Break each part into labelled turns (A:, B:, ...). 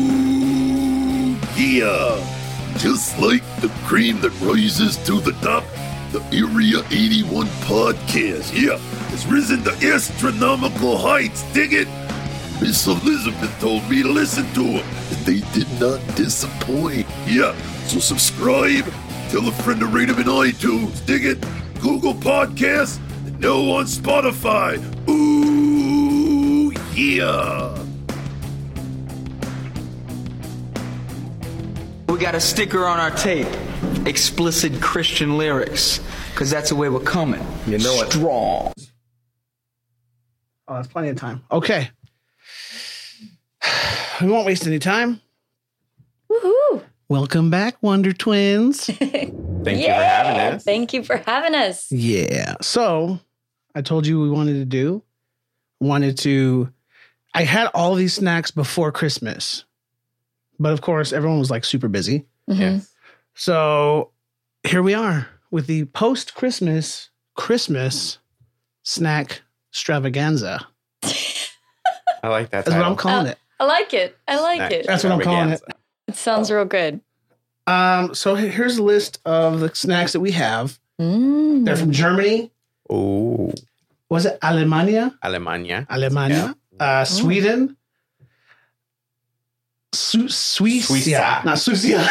A: Ooh, yeah! Just like the cream that rises to the top, the Area 81 podcast, yeah, has risen to astronomical heights, dig it? Miss Elizabeth told me to listen to them, and they did not disappoint. Yeah, so subscribe, tell a friend to rate them in iTunes, dig it, Google Podcasts, and now on Spotify. Ooh, yeah!
B: We got a sticker on our tape. Explicit Christian lyrics. Because that's the way we're coming. You know it. Strong.
C: Oh, that's plenty of time. Okay. We won't waste any time.
D: Woohoo!
C: Welcome back, Wonder Twins.
E: Thank you for having us.
D: Thank you for having us.
C: yeah. So I told you we wanted to do, wanted to, I had all these snacks before Christmas, but of course, everyone was like super busy.
E: Yes.
C: So here we are with the post Christmas Christmas snack extravaganza.
E: I like that.
C: That's what
E: title.
C: I'm calling
D: Oh.
C: it.
D: I like it. I like it.
C: That's what I'm calling it.
D: It sounds real good.
C: Um, so he- here's a list of the snacks that we have.
D: Mm.
C: They're from Germany.
E: Oh,
C: Was it Alemania?
E: Alemania.
C: Alemania. Uh, Sweden. Su- Suicia.
E: Suiza.
C: Not Suicia.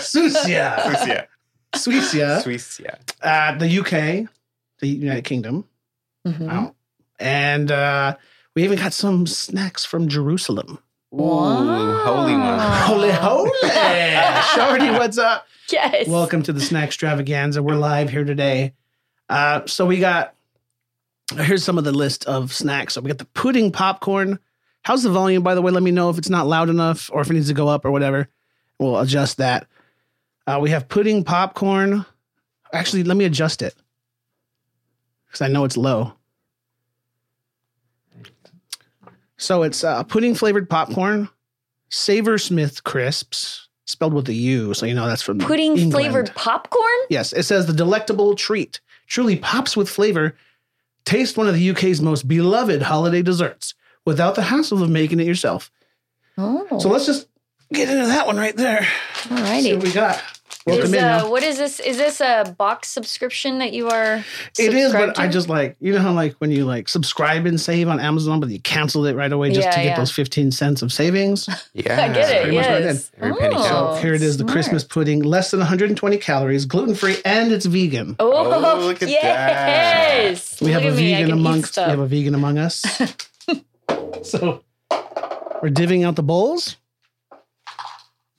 C: Suicia.
E: Suicia.
C: Suicia.
E: Suicia.
C: Uh, the UK. The United Kingdom.
D: Mhm.
C: out. And uh, we even got some snacks from Jerusalem.
E: Ooh, holy one.
D: Ah.
C: Holy, holy. Shorty, what's up?
D: Yes.
C: Welcome to the Snack Extravaganza. We're live here today. Uh, so we got, here's some of the list of snacks. So we got the pudding popcorn. How's the volume, by the way? Let me know if it's not loud enough or if it needs to go up or whatever. We'll adjust that. Uh, we have pudding popcorn. Actually, let me adjust it because I know it's low. So it's uh, pudding flavored popcorn, Saversmith crisps, spelled with a U, so you know that's from
D: Pudding
C: England.
D: flavored popcorn?
C: Yes, it says the delectable treat truly pops with flavor. Taste one of the UK's most beloved holiday desserts without the hassle of making it yourself.
D: Oh,
C: So let's just get into that one right there. See what
D: alrighty.
C: we got. Welcome
D: Is,
C: in.
D: uh,
C: now.
D: what is this? Is this a box subscription that you are?
C: It is,
D: subscribed
C: but I
D: to?
C: just like you know how like when you like subscribe and save on Amazon, but you cancel it right away just to
D: Yeah,
C: get
D: yeah.
C: those fifteen cents of savings.
E: Yeah.
D: I get it.
C: pretty much what I
D: Yes. Oh,
E: did. Every penny
C: so
E: counts.
C: here it is, the
D: smart.
C: Christmas pudding, less than 120 calories, gluten free, and it's vegan.
D: Oh,
E: Oh, look at
D: yes.
C: we have
D: look
C: a
D: at me. I
C: vegan
D: can eat
C: amongst we
D: stuff.
C: have a vegan among us. so we're divvying out the bowls.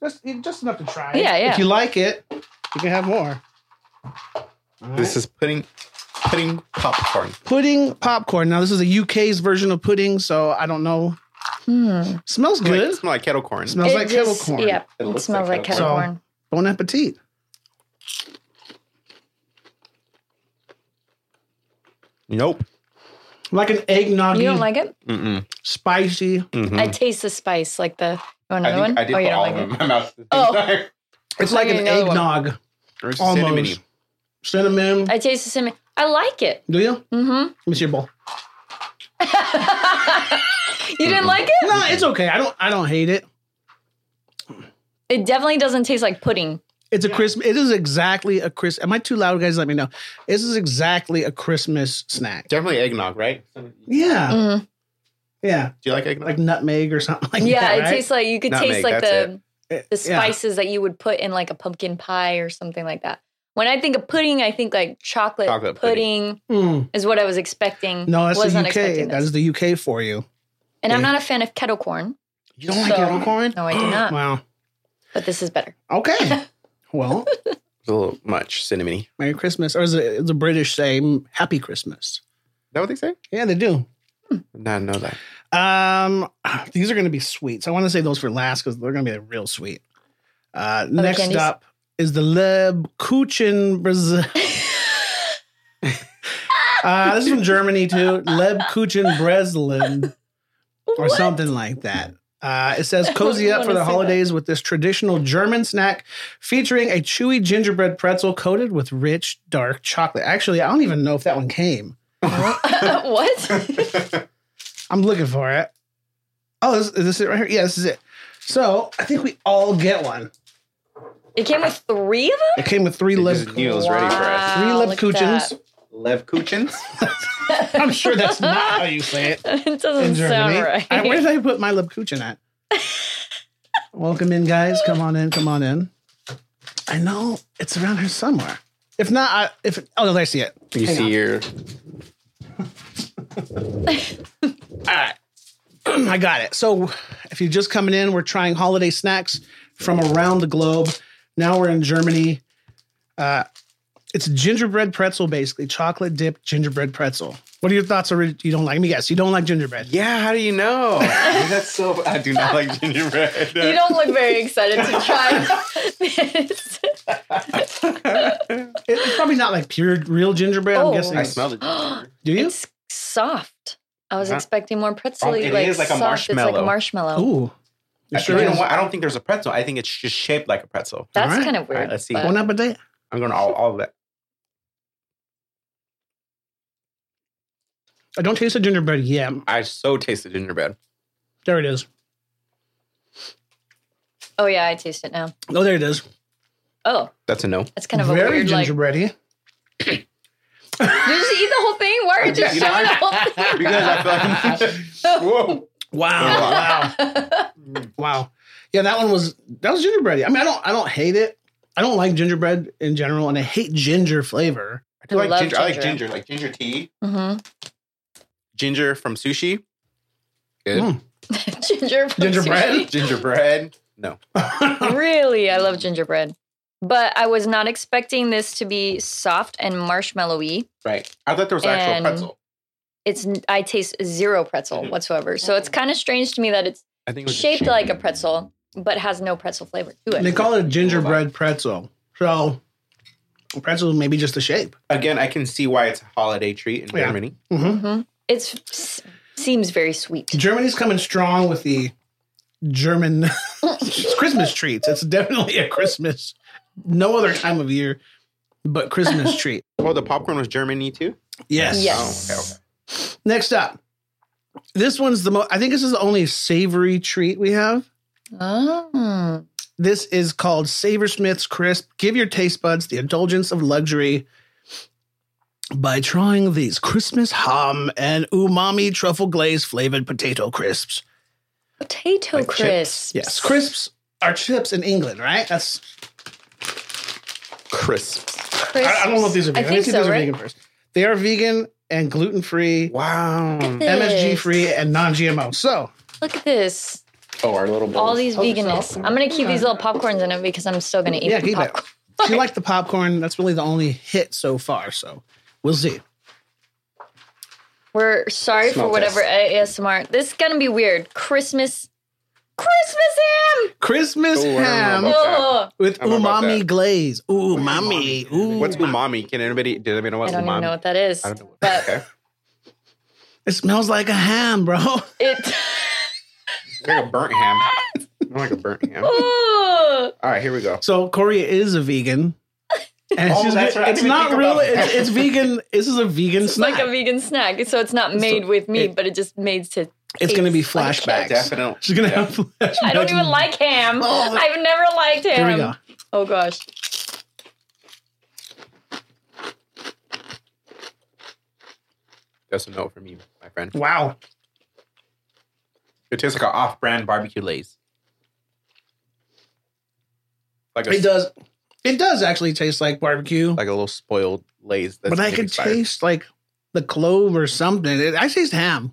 C: Just just enough to try. it.
D: Yeah, yeah.
C: If you like it, you can have more.
E: This is pudding, pudding popcorn.
C: Pudding popcorn. Now this is the UK's version of pudding, so I don't know.
D: Hmm.
C: Smells
E: Like,
C: good.
E: it's more like kettle corn.
C: smells
D: It
C: like kettle
D: just-
C: corn.
D: Yep.
E: It
D: It,
E: looks
D: smells
E: like
D: like
E: kettle
D: kettle
C: corn.
D: corn.
C: Bon appetit.
E: nope.
C: Like an eggnog.
D: You don't like Mm. it?
E: Mm-mm.
C: spicy.
E: Mhm.
D: I taste the spice, like the. You want
E: I
D: another
E: think
D: one?
E: I did
D: oh, you
E: put
D: don't
E: all
D: like
E: of them
D: it.
E: in my mouth.
D: Oh.
C: It's like
D: need
C: an
D: another one.
C: eggnog.
E: There's cinnamon-y.
C: Almost. Cinnamon.
D: I taste the cinnamon. I like it.
C: Do you? Let
D: Mm-hmm.
C: me see your bowl.
D: You
E: Mm-hmm.
D: didn't like it?
C: No, it's okay. I don't I don't hate it.
D: It definitely doesn't taste like pudding.
C: It's a Christmas. It is exactly a Chris. Am I too loud, guys? Let me know. This is exactly a Christmas snack.
E: Definitely eggnog, right? Do
C: Yeah,
D: Mhm.
C: yeah,
E: you like eggnog?
C: like nutmeg or something like
D: Yeah,
C: that.
D: it
C: right?
D: tastes like you could
E: Nutmeg,
D: taste like
E: that's
D: the
C: It-
D: the
C: Eh, yeah.
D: spices that you would put in like a pumpkin pie or something like that. When I think of pudding, I think like chocolate,
E: Chocolate
D: pudding,
E: pudding.
C: Mm.
D: is what I was expecting.
C: No, that's
D: was
C: the
D: not expecting
C: UK. That
D: this.
C: is the UK for you.
D: and I'm
C: yeah.
D: not a fan of kettle corn,
E: you don't like
D: So-
E: kettle corn?
D: No, I do not.
C: Wow.
D: but this is better.
C: Okay. well,
E: It's a little much cinnamony. Is
C: Merry Christmas, or as the, the British say, mm, Happy Christmas.
E: that what they say?
C: Yeah, they do.
E: No, I know that.
C: Um, these are going to be sweet. So I want to save those for last because they're going to be real sweet. Uh, next
D: candies?
C: up is the Leb Kuchen Brazil. uh, this is from Germany too. Leb Kuchen Breslin or
D: What?
C: something like that. Uh, it says
D: I don't
C: cozy up
D: wanna
C: for the
D: see that.
C: holidays with this traditional German snack featuring a chewy gingerbread pretzel coated with rich dark chocolate. Actually, I don't even know if that one came.
D: what?
C: I'm looking for it. Oh, is, is this it right here? Yeah, this is it. So I think we all get one.
D: It came with three of them?
C: It came with three
E: They
C: lip,
E: just
C: three
E: knew it was ready for us.
D: Wow,
C: lip
D: look at
C: coochins.
E: Lev Kuchins.
C: I'm sure that's not how you say it
D: that. it
C: in
D: doesn't sound
C: Germany.
D: right.
C: I- where did I put my lip kuchen at? Welcome in, guys. Come on in. Come on in. I know it's around here somewhere. If not, I, if oh no, there I see it.
E: You see your
C: All right. I got it. So, if you're just coming in, we're trying holiday snacks from around the globe. Now we're in Germany. Uh, it's gingerbread pretzel, basically chocolate dipped gingerbread pretzel. What are your thoughts? Are you don't like? Let me guess. You don't like gingerbread.
E: Yeah, how do you know? That's so. I do not like gingerbread.
D: you don't look very excited to try this.
C: It- It's probably not like pure real gingerbread.
D: Oh.
C: I'm guessing.
E: I
C: it's-
E: smelled it. gingerbread.
C: Do you?
D: It's soft. I was
E: Huh?
D: expecting more pretzel
E: Oh, it
D: like,
E: is like a
D: soft. It's like
E: marshmallow.
D: a marshmallow.
C: Ooh.
E: I,
C: You sure
E: you know
C: is.
E: what? I don't think there's a pretzel. I think it's just shaped like a pretzel.
D: That's
C: All right.
D: kind of weird.
E: All right, let's see.
D: but-
C: Bon appetit.
E: I'm going to all, all of it.
C: I don't taste the gingerbread yet.
E: I so taste the gingerbread.
C: There it is.
D: Oh yeah, I taste it now.
C: Oh, there it is.
D: Oh,
E: That's a no.
D: that's kind of a
C: Very
D: weird. Like, did
C: gingerbready.
D: you just eat the whole thing? Why are you just
E: You know,
D: showing the whole thing?
E: Because I feel like. Whoa.
C: Wow. wow. Wow. Yeah, that one was that was gingerbread. I mean, I don't I don't hate it. I don't like gingerbread in general, and I hate ginger flavor.
E: I, do
D: I
E: like
D: love
E: ginger. I like
D: ginger.
E: ginger. Like ginger tea.
D: Mm-hmm.
E: Ginger from sushi. Good.
C: Mm.
D: Ginger from
C: Gingerbread?
D: sushi.
E: Gingerbread. No.
D: really, I love gingerbread. But I was not expecting this to be soft and marshmallowy.
E: Right. I thought there was an actual
D: And-
E: pretzel.
D: It's I taste zero
E: Mm-hmm.
D: pretzel whatsoever. So it's kind of strange to me that it's
E: I think it was just
D: shaped like a pretzel but has no pretzel flavor to it.
C: They call it a gingerbread pretzel. So pretzel is maybe just the shape.
E: Again, I can see why it's a holiday treat in
C: Yeah.
E: Germany.
D: It's s- seems very sweet.
C: Germany's coming strong with the German Christmas treats. It's definitely a Christmas, no other time of year, but Christmas treat.
E: Oh, the popcorn was Germany too?
C: Yes.
D: Yes.
E: Oh, okay, okay.
C: Next up, this one's the most. I think this is the only savory treat we have.
D: Oh.
C: This is called Saversmith's Crisp. Give your taste buds the indulgence of luxury by trying these Christmas ham and umami truffle glaze flavored potato crisps.
D: Potato
E: Like chips?
D: crisps.
C: Yes, crisps are chips in England, right? That's
E: Crisp.
D: Crisps.
C: I, I don't know if these are vegan.
D: I think
C: Let me see if
D: so,
C: these are
D: right?
C: vegan first. They are vegan and gluten free,
E: Wow.
D: Look at this.
C: MSG free, and non GMO. So
D: Look at this.
E: Oh, our little bowl.
D: All these veganness. I'm gonna keep these little popcorns in it because I'm still gonna eat
C: yeah,
D: the
C: keep it.
D: popcorn.
C: She liked the popcorn. That's really the only hit so far. So we'll see.
D: We're sorry
E: Smell
D: for whatever ASMR. This is gonna be weird. Christmas, Christmas ham.
C: Christmas
E: Ooh, I don't know
C: ham
E: about-
D: Oh,
C: with
E: I don't know about
C: umami
E: that.
C: glaze. Ooh, mommy. Ooh,
E: What's umami? Can anybody? Did anybody know
D: I
E: what
D: don't
E: umami?
D: even know what that is.
E: I don't know. What,
D: But
E: okay.
C: it smells like a ham, bro.
D: it.
E: It's like a burnt ham. I'm like a burnt ham. All
D: Ooh.
E: right, here we go.
C: So Corey is a vegan. And
E: Oh,
C: she's-
E: that's right. I
C: It's
E: didn't
C: not
E: think
C: real.
E: about
C: It's,
E: that.
C: it's vegan. This is a vegan
D: It's
C: snack.
D: like a vegan snack. So it's not made with meat, but it just made to.
C: it's going to be
D: it's like a
C: flashbacks.
E: Definitely.
C: She's going to have flashbacks.
D: I don't even like ham. I've never liked ham.
C: Oh, Here we go.
D: Oh gosh.
E: That's a note from you, my friend.
C: Wow.
E: It tastes like an off-brand barbecue lays. Like a
C: It does. It does actually taste like barbecue,
E: like a little spoiled lays. That's
C: but I
E: been
C: could
E: expired.
C: taste like the clove or something. It, I taste ham,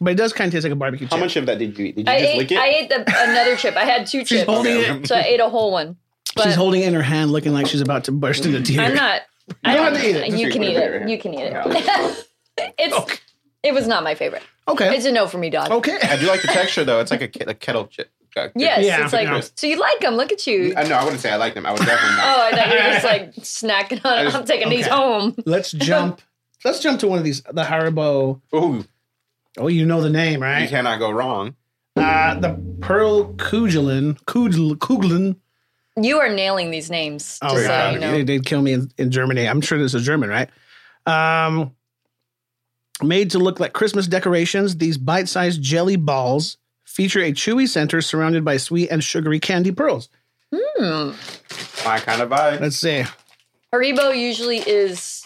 C: but it does kind of taste like a barbecue.
E: How
C: chip.
E: much of that did you eat? Did you
D: I
E: just
D: ate,
E: lick it?
D: I ate the, another chip. I had two
C: She's
D: chips,
C: holding
E: Okay.
C: it.
D: so I ate a whole one. But
C: She's holding it in her hand, looking like she's about to burst into tears.
D: I'm not. I
C: don't
D: don't.
C: have to eat it.
E: Just
D: You
E: eat
D: can
E: it
D: eat
E: right here.
D: it. You can eat it. It's.
C: Okay.
D: It was not my favorite.
C: Okay.
D: It's a no for me, dog.
C: okay.
E: I do like the texture though. It's like a, ke- a kettle chip. Uh,
D: Yes,
C: Yeah,
D: it's like
C: yeah.
D: so you like them. Look at you.
E: Uh, no, I wouldn't say I like them. I would
D: oh,
E: definitely not.
D: I thought you were just like snacking on.
E: I
D: it.
E: just-
D: I'm taking these
C: okay.
D: home.
C: Let's jump. Let's jump to one of these. The Haribo.
E: Ooh,
C: Oh, you know the name,
E: you
C: right?
E: cannot go wrong.
C: Uh, the Pearl Kugelin. Kugel, Kugelin.
D: You are nailing these names.
C: Oh,
D: just so
C: God.
D: you
C: They,
D: know.
C: they'd kill me in, in Germany. I'm sure this is German, right? Um, made to look like Christmas decorations, these bite sized jelly balls feature a chewy center surrounded by sweet and sugary candy pearls.
E: My kind of vibe.
C: Let's see.
D: Haribo usually is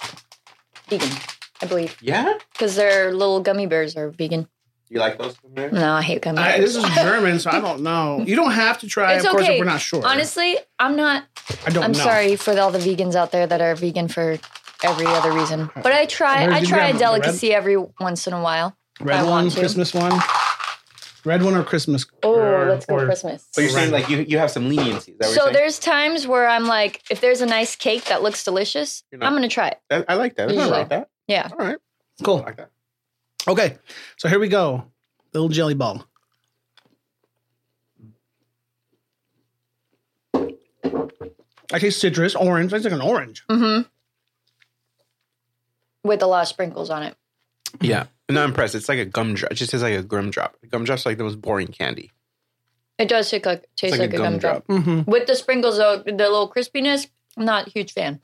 D: vegan, I believe,
E: Yeah?
D: because their little gummy bears are vegan.
E: You like those? Right?
D: No, I hate gummy
C: I,
D: bears.
C: this is German, so I don't know. You don't have to try,
D: it's
C: of course,
D: okay.
C: if we're not sure.
D: Honestly, I'm not.
C: I don't
D: I'm
C: know.
D: sorry for all the vegans out there that are vegan for every other reason. But I try.
C: Where
D: I
C: did
D: try
C: you
D: a
C: have them? The red-
D: delicacy every once in a while. I
C: Red
D: want
C: one,
D: to.
C: Christmas one. Red one or Christmas?
D: Oh,
C: or-
D: let's go
C: or- Oh,
D: Christmas.
E: So you're saying like you, you have some leniency. Is that what
D: So
E: you're saying?
D: there's times where I'm like, if there's a nice cake that looks delicious,
E: You're not-
D: I'm gonna try it.
E: That- I like that. That's not
D: Usually.
E: like that.
D: Yeah.
E: All right. I
C: Cool.
E: like that.
C: Okay, so here we go. Little jelly ball. I taste citrus, orange. I taste like an orange.
D: Mm-hmm. With a lot of sprinkles on it.
E: Yeah. I'm not impressed. It's like a gumdrop. It just tastes like a gumdrop. Gumdrop's like the most boring candy.
D: It does taste like, taste
E: It's
D: like, a gumdrop.
C: Mm-hmm.
D: With the sprinkles though, the little crispiness, I'm not a huge fan.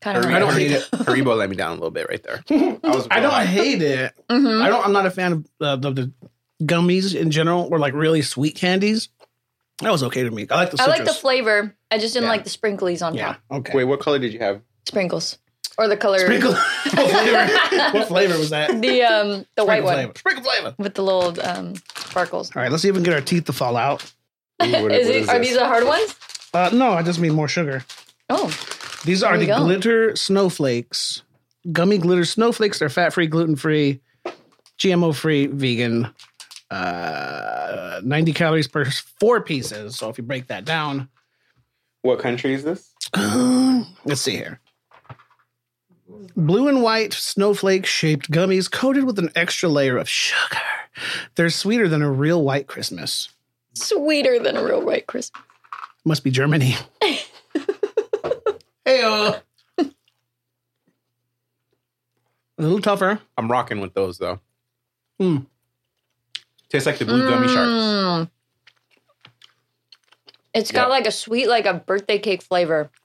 D: Kind of.
E: Haribo,
C: I don't hate it.
E: Haribo let me down a little bit right there. I, was
C: I don't hate it.
D: hmm
C: I don't. I'm not a fan of uh, the, the gummies in general, or like really sweet candies. That was okay to me. I like the
D: I
C: citrus.
D: like the flavor. I just didn't
E: Yeah.
D: like the sprinklies on
C: yeah.
D: top.
C: Okay.
E: Wait, what color did you have?
D: Sprinkles or the color.
C: Sprinkle. what, flavor? what flavor was that?
D: The um the white
C: Sprinkle
D: one
C: flavor. Sprinkle flavor.
D: with the little um sparkles.
C: All right. Let's see if we can get our teeth to fall out.
E: Ooh, what- what
D: Is it, are
E: this?
D: these the hard ones?
C: Uh, no, I just mean more sugar.
D: Oh,
C: These are
D: There
C: the
D: you go.
C: glitter snowflakes, gummy glitter snowflakes. They're fat free, gluten free, GMO free, vegan. Uh, 90 calories per four pieces. So if you break that down,
E: What country is this?
C: uh, let's see here. Blue and white snowflake shaped gummies coated with an extra layer of sugar. They're sweeter than a real white Christmas.
D: sweeter than a real white Christmas.
C: Must be Germany. hey, a little tougher.
E: I'm rocking with those though.
C: Hmm.
E: Tastes like the blue gummy sharks.
D: Mm. It's got
E: Yep.
D: like a sweet, like a birthday cake flavor, Hmm.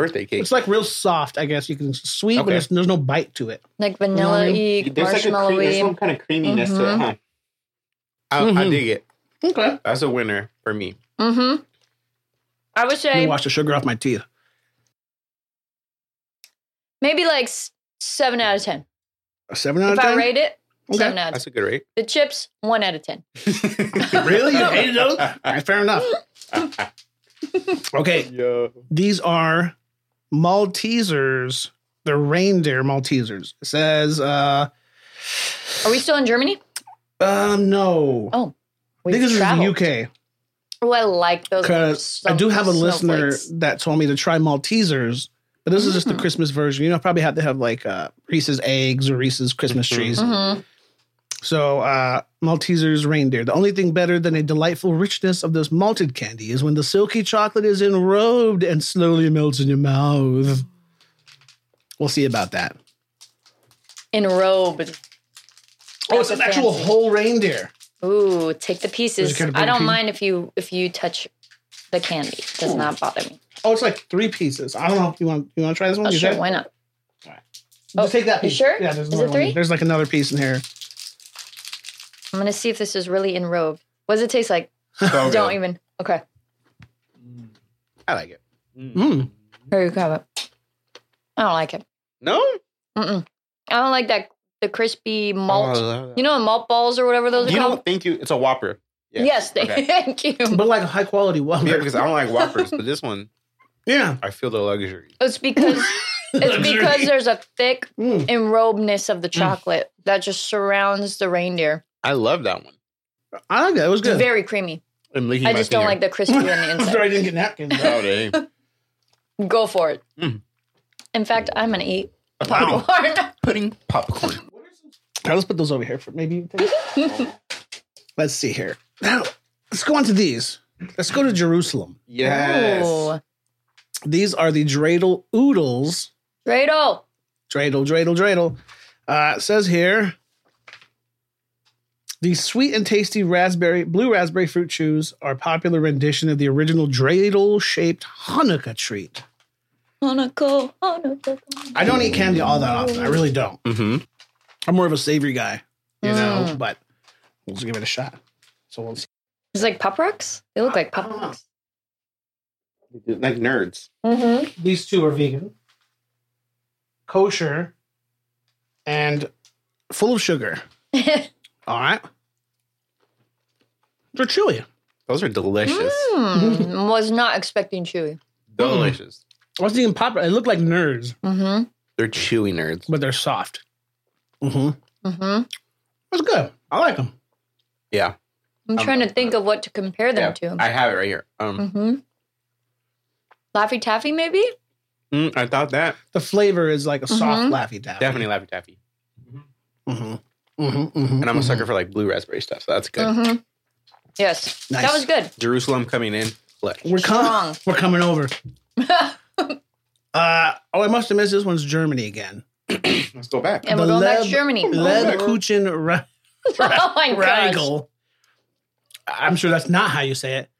E: Birthday cake.
C: It's like real soft, I guess. You can sweet, but
E: Okay.
C: it's, there's no bite to it.
D: like vanilla y,
E: like a
D: marshmallow
E: cream- there's
D: y.
E: some kind of creaminess to it.
D: Mhm.
E: Huh? I, I
C: Mhm.
E: dig it.
C: Okay.
E: That's a winner for me.
D: Mm-hmm. I
C: Let
D: would
C: me
D: say
C: wash the sugar off my teeth.
D: maybe like s- seven out of ten.
C: A seven out
D: If
C: of
D: I
C: ten.
D: rate it,
C: Okay.
D: seven out of ten.
E: That's a good rate.
D: The chips, one out of ten.
C: really? You hated those? All right, fair enough. okay.
E: Yo.
C: These are Maltesers. They're reindeer Maltesers. It says, uh,
D: Are we still in Germany?
C: uh no.
D: Oh,
C: I think
D: We've
C: this is
D: traveled.
C: the UK.
D: Oh, I like those.
C: Because I
D: snow-
C: do have a listener
D: snowflakes.
C: that told me to try Maltesers, but this is just the
D: Mm.
C: Christmas version. You know, I probably have to have like uh, Reese's eggs or Reese's Christmas
E: Mhm.
C: trees.
D: Mhm.
C: So, uh, Maltesers reindeer. The only thing better than a delightful richness of this malted candy is when the silky chocolate is enrobed and slowly melts in your mouth. We'll see about that.
D: in robe.
C: Oh, it's an
D: That's
C: actual
D: fancy.
C: whole reindeer.
D: Ooh, take the pieces.
C: kind of
D: I don't
C: big-
D: mind if you if you touch the candy. It does not bother me.
C: Oh, it's like three pieces. I don't know. You want you want to try this one?
D: Oh,
C: You
D: sure,
C: sure?
D: why not?
C: Just
D: Oh,
C: take that
D: you
C: piece.
D: sure?
C: Yeah, there's
D: Is it
C: another one.
D: three?
C: There's like another piece in here.
D: I'm gonna see if this is really in robe. What does it taste like?
E: So
D: Don't
E: good.
D: even. Okay,
E: I like it.
C: Mm.
D: here you have it. I don't like it.
E: No?
D: Mm-mm. I don't like that the crispy malt.
E: Oh, I love that.
D: you know, malt balls or whatever those are
E: You
D: called.
E: don't think you it's a whopper. Yeah.
D: Yes, they-
E: Okay.
D: thank you.
C: But like a high quality one.
E: Yeah, because I don't like whoppers, but this one
C: Yeah.
E: I feel the luxury.
D: It's because it's because there's a thick
C: Mm.
D: enrobeness of the
E: Mm.
D: chocolate that just surrounds the reindeer.
E: I love that one.
C: I like that. It was
D: It's
C: good.
D: very creamy.
E: I'm licking
D: I
E: my
D: just don't
E: finger.
D: like the crispy on the
C: I'm
D: inside.
C: sorry I didn't get napkins.
E: Oh, dang.
D: Go for it.
E: Mm.
D: In fact, I'm gonna eat
E: A pudding.
D: popcorn.
E: Pudding popcorn.
C: All right, let's put those over here for maybe. you can take- let's see here. Now, let's go on to these. Let's go to Jerusalem.
E: Yes.
D: Ooh.
C: These are the dreidel oodles.
D: Dreidel.
C: Dreidel, dreidel, dreidel. Uh, it says here the sweet and tasty raspberry, blue raspberry fruit chews are a popular rendition of the original dreidel shaped Hanukkah treat.
D: Hanukkah, Hanukkah.
C: I don't eat candy all that often. I really don't.
E: Mm-hmm.
C: Mm. I'm more of a savory guy, you know, but Let's give it a shot. So we'll see.
D: It's like pop rocks. They look like pop rocks.
E: Like nerds.
D: Mm-hmm.
C: These two are vegan, kosher, and full of sugar. All right. They're chewy.
E: Those are delicious. Mm-hmm.
D: mm, was not expecting chewy.
E: Delicious.
C: I was thinking pop. They look like nerds,
D: Mm-hmm.
E: They're chewy nerds.
C: but they're soft. Mm-hmm.
D: Mm-hmm.
C: That's good. I like them.
E: Yeah.
D: I'm
E: Um,
D: trying to think of what to compare
E: yeah.
D: them to.
E: I have it right here. Um,
D: mm-hmm. Laffy Taffy, maybe?
E: mm, I thought that
C: The flavor is like a soft
D: Mhm.
C: laffy taffy.
E: definitely Laffy Taffy.
C: Mm-hmm. Mm-hmm,
E: And I'm a sucker for like blue raspberry stuff, so that's good.
D: Mm-hmm. Yes.
C: Nice.
D: That was good.
E: Jerusalem coming in. Look.
C: We're coming.
D: Strong.
C: We're coming over. Uh, oh, I must have missed this one's Germany again.
E: Let's go back.
D: and we're
C: The
D: going back to
C: Leb-
D: Germany.
C: Lebkuchen Re-
D: oh my gosh.
C: Reigel. I'm sure that's not how you say it.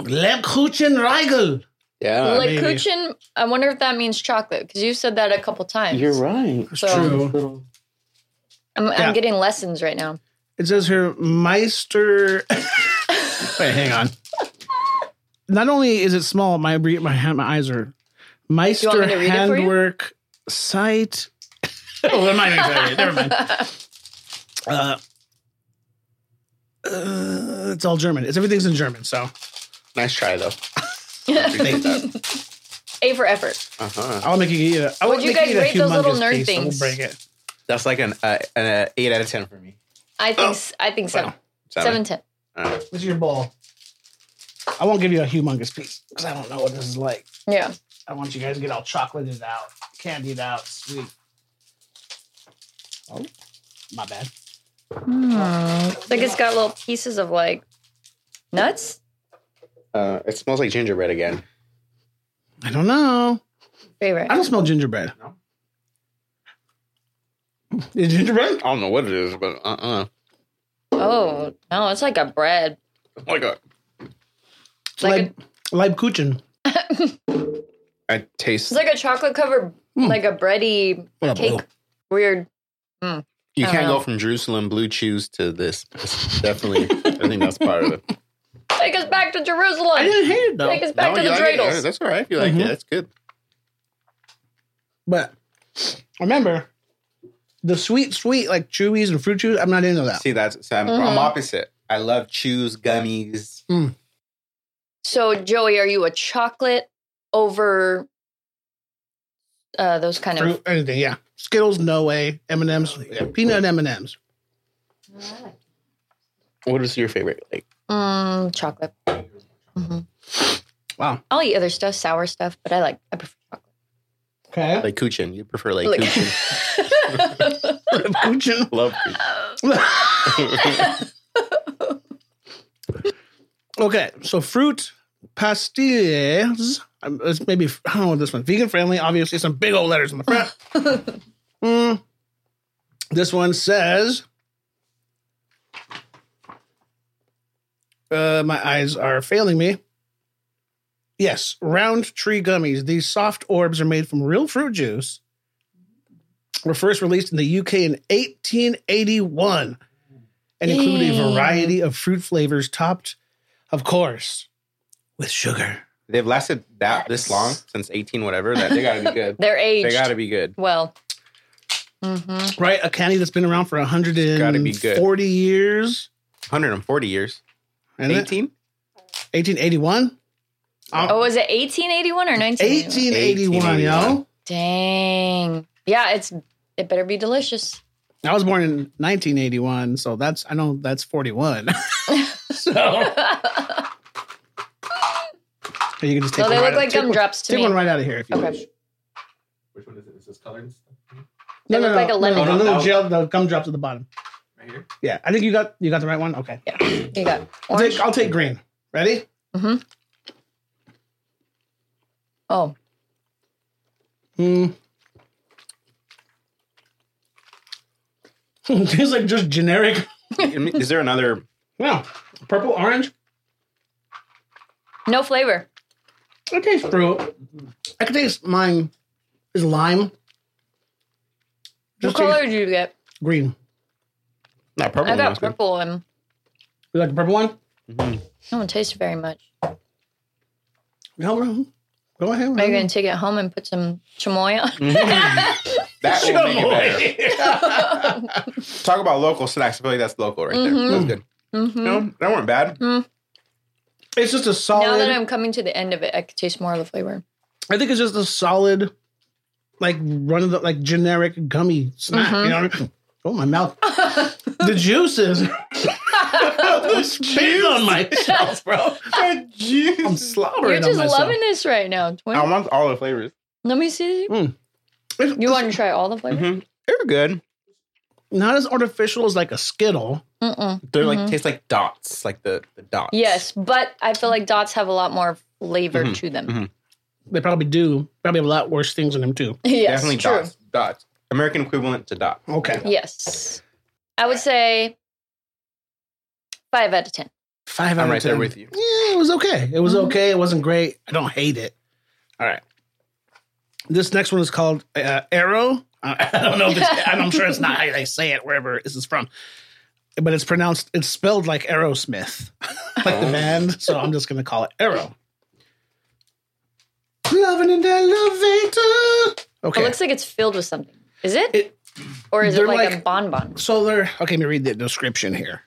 C: Lebkuchen Reigel.
E: Yeah.
C: uh, maybe.
D: Lekuchen, I wonder if that means chocolate because you said that a couple times.
E: right.
C: It's
D: So-
C: true.
D: I'm,
C: Yeah.
D: I'm getting lessons right now.
C: It says here Meister. Wait, hang on. Not only is it small, my re- my hand, my eyes are
D: Do you
C: Meister
D: want me to read it for you?
C: handwork site. oh, I'm not even excited. Never mind. Uh, uh, it's all German. It's everything's in German. So
E: Nice try though. Appreciate
D: a
E: that.
D: for effort.
E: Uh-huh.
C: I'll make you eat it. I
D: Would
C: won't
D: you
C: make
D: guys
C: eat a
D: rate those little
C: humongous
D: nerd
C: piece, so
D: things?
C: We'll break it.
E: That's like an uh, an uh, eight out of ten for me.
D: I think s I think so.
C: Wow.
D: Seven ten.
E: Uh,
C: What's your ball? I won't give you a humongous piece because I don't know what this is like.
D: Yeah.
C: I want you guys to get all chocolated out, candied out, sweet. Oh, my bad.
D: It's like it's got little pieces of like nuts.
E: uh, it smells like gingerbread again.
C: I don't know.
D: Favorite.
C: I don't smell gingerbread.
E: No?
C: Is gingerbread?
E: I don't know what it is, but uh uh
D: Oh no, it's like a bread.
E: Like a,
C: It's
D: Like
C: like Leibkuchen.
E: I taste.
D: It's like a chocolate covered,
C: Hmm.
D: like a bready
C: What up,
D: cake.
C: Lou?
D: Weird. I
E: you can't
D: don't
E: go
D: know.
E: from Jerusalem blue cheese to this. It's definitely, I think that's part of it.
D: Take us back to
C: I
D: Jerusalem.
C: didn't hate it though.
D: Take us back
E: No,
D: to
E: you
D: the
E: like it?
D: dreidels.
E: Yeah, That's all right. If you like
C: Mhm.
E: it, that's good.
C: But remember, the sweet, sweet like chewies and fruit chews. I'm not into that.
E: See, that's so I'm, I'm
D: Mhm.
E: opposite. I love chews, gummies.
D: So, Joey, are you a chocolate over uh, those kind
C: Fruit, anything, yeah. Skittles, no way. M and M's, peanut M and M's.
D: of
E: What is your favorite? Like
D: mm, chocolate? Mhm.
C: Wow.
D: I'll eat other stuff, sour stuff, but I like I prefer
C: Okay.
E: like kuchen. You prefer like,
D: Like-
E: kuchen.
D: chocolate.
C: Leibkuchen.
E: love kuchen.
C: okay, so fruit pastilles. Um, It's maybe I don't know this one. Vegan friendly, obviously. Some big old letters on the front. Mm. This one says. Uh, my eyes are failing me. Yes, round tree gummies. These soft orbs are made from real fruit juice. Were first released in the UK in 1881 and include a
D: Yay.
C: variety of fruit flavors topped, of course, with sugar.
E: They've lasted that this long since 18 whatever. That they gotta be good.
D: They're aged.
E: they gotta be good.
D: well. Mhm.
C: Right? A candy that's been around for
E: Gotta be good.
C: 140 years.
E: 140 years.
C: isn't it?
E: 18.
C: 1881?
D: Oh, was it 1881 or 1981?
C: 1881, yo.
D: Dang.
E: 1881.
D: Yeah, it's it better be delicious.
C: I was born in 1981, so that's I know that's 41. so you can just take
D: So
C: one right
D: they look like
C: take one-
D: gumdrops to
C: Take one
D: me.
C: right out of here if you
D: Okay.
C: wish.
E: Which one is it? Is this colored?
D: They look like a lemon.
C: the
E: Oh,
C: little
E: no.
C: gel, the gumdrops at the bottom.
E: Right here.
C: Yeah, I think you got you got the right one. Okay,
D: You got
C: I'll
D: orange.
C: take, I'll take green. Ready?
D: Oh,
C: Hmm. Tastes like just generic.
E: is there another?
C: Yeah, purple, orange.
D: no flavor.
C: I taste fruit. I can taste mine is lime.
D: What
C: taste
D: color did you get?
C: green.
E: No, purple.
D: I
E: one
D: got
E: was Oh, good.
D: purple and
C: You like the purple one?
D: no one tasted very much.
C: No, bro. Go ahead.
E: Mm-hmm.
D: Are you going to take it home and put some chamoy on?
E: That will make it better.
D: Mhm.
E: Talk about local snacks. I feel like that's local right there.
D: Mhm.
E: That's good. No, that weren't bad.
D: Mm-hmm.
C: It's just a
D: Now
C: solid.
D: that I'm coming to the end of it, I could taste more of the flavor.
C: I think it's just a solid, like run of the like generic gummy snack. You know what I mean? Oh my mouth! the juices. I'm spitting on myself, bro. I'm slobbering
D: You're just
C: on myself.
D: loving this right now. Twin.
E: I want all the flavors.
D: Let me see.
C: It's
D: You want to try all the flavors?
C: Mm-hmm.
E: Mhm. They're good.
C: not as artificial as like a Skittle.
D: Mm-mm.
E: They're like taste like dots, like the, the dots.
D: Mm-hmm. Yes, but I feel like dots have a lot more flavor
C: Mm-hmm.
D: to them.
E: mhm.
C: They probably do. Probably have a lot worse things in them too.
D: Yes,
E: definitely
D: true.
E: dots. Dots. American equivalent to dot.
C: Okay,
D: Yes, I would say five out of ten.
C: five.
E: I'm
C: out
E: right
C: of
E: there
C: 10.
E: with you.
C: Yeah, it was okay. It was
D: Mhm.
C: okay. It wasn't great. I don't hate it.
E: All right.
C: This next one is called uh, Arrow. I I don't know. If it's, and I'm sure it's not how they say it wherever this is from, but it's pronounced. It's spelled like Aerosmith, like the band. So I'm just gonna call it Arrow. Loving in the elevator.
D: It
C: Okay.
D: looks like it's filled with something. Is it?
C: It-
D: or is it
C: they're
D: like, a
C: like-
D: bonbon?
C: So there. Okay, let me read the description here.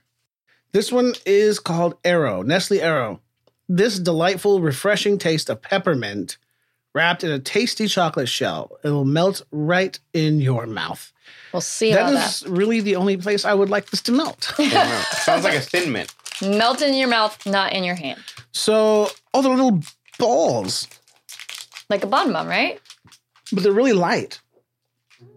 C: This one is called Arrow, Nestle Arrow. This delightful, refreshing taste of peppermint wrapped in a tasty chocolate shell. It will melt right in your mouth.
D: We'll see
C: That
D: about
C: is really the only place I would like this to melt.
E: Sounds like a thin mint.
D: that. Melt in your mouth, not in your hand.
C: so, oh, they're little balls,
D: Like a bonbon, right?
C: but they're really light.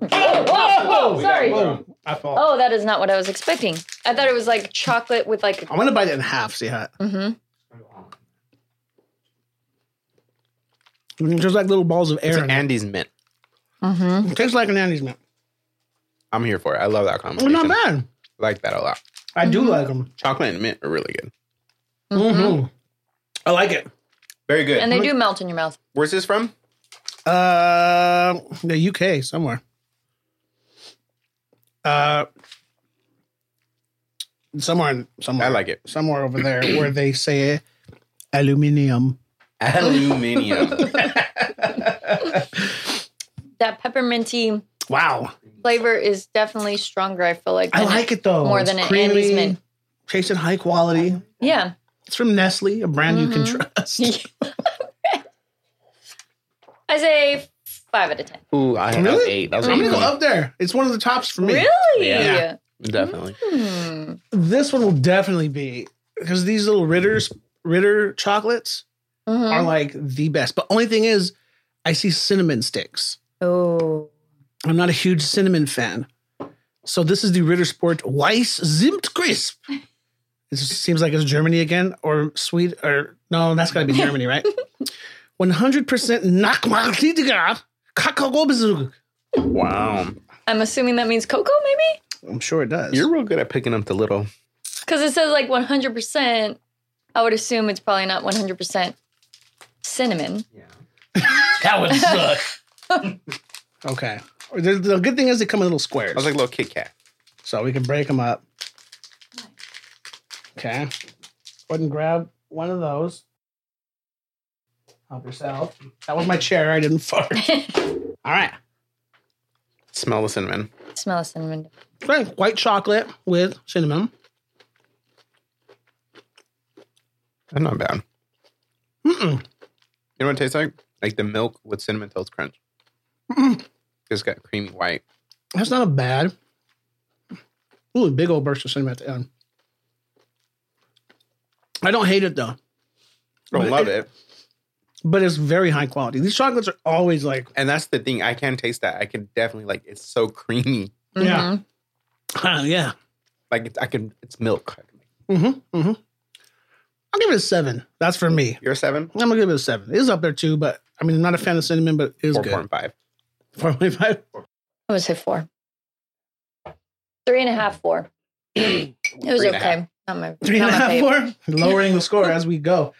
D: Oh, whoa, whoa, sorry.
C: I fall.
D: Oh, that is not what I was expecting. I thought it was like chocolate with like.
C: I want to bite it in half. See how
D: hmm
C: it, just Mm, like little balls of
E: It's
C: air.
E: an Andy's mint.
D: hmm
C: it tastes like an Andes mint.
E: I'm here for it. I love that
D: Oh,
C: Well,
E: combination.
C: not bad.
E: I like that a lot.
C: I do like them.
E: Chocolate and mint are really good.
C: hmm I like it.
E: Very good.
D: And they do melt in your mouth.
E: Where's this from?
C: Uh, the UK somewhere. Uh, somewhere, in- somewhere.
E: I like it.
C: somewhere over there where they say aluminium.
E: Aluminium.
D: That pepperminty
C: Wow,
D: flavor is definitely stronger. I feel like.
C: I
D: than-
C: like it though.
D: More than an Andes mint.
C: Tasting high quality.
D: Yeah.
C: It's from Nestle, a brand you can trust.
D: I say five out of ten.
E: Ooh, I that was
C: Really?
E: eight. That was
C: I'm gonna go
E: eight.
C: up there. It's one of the tops for me.
E: Oh,
D: Really?
C: Yeah.
E: Definitely.
D: Hmm.
C: This one will definitely be because these little Ritter's Ritter chocolates
D: Mhm.
C: are like the best. But only thing is, I see cinnamon sticks.
D: Oh.
C: I'm not a huge cinnamon fan. So this is the Rittersport Weiss Zimtkrisp. This seems like it's Germany again, or Sweden, or no, that's got to be Germany, right? 100% Nachmachtiger Kakaobezug.
E: Wow.
D: I'm assuming that means cocoa, maybe?
C: I'm sure it does.
E: You're real good at picking up the little.
D: Because it says like 100%. I would assume it's probably not 100% cinnamon.
C: that would suck. okay. The, the good thing is they come in little squares,
E: I was like little Kit Kat.
C: so we can break them up. Okay. Go ahead and grab one of those. Help yourself. That was my chair. I didn't fart. All right.
E: Smell the cinnamon.
D: Smell of cinnamon.
C: Right. White chocolate with cinnamon.
E: That's not bad.
C: Mm-mm.
E: You know what it tastes like? Like the milk with cinnamon toast crunch. It's got creamy white.
C: That's not a bad. Ooh, big old burst of cinnamon at the end. I don't hate it though,
E: I
C: But
E: love
C: it-
E: it.
C: but it's very high quality. These chocolates are always like
E: And that's the thing. I can taste that. I can definitely like. It's so creamy.
C: Yeah.
D: Mhm.
C: huh, yeah.
E: Like it's, I can. It's milk.
C: Mm-hmm. Mm-hmm. I'll give it a seven. That's for me.
E: You're a seven.
C: I'm gonna give it a seven. It is up there too, but I mean I'm not a fan of cinnamon, but it is
E: Four
C: good.
E: point five.
C: Four point five.
D: I would say four. Three and a half, four. It was
E: Three and a
D: okay. Not my,
C: Three and
D: not
C: a
D: my
C: half,
D: fave.
C: four. Lowering the score as we go.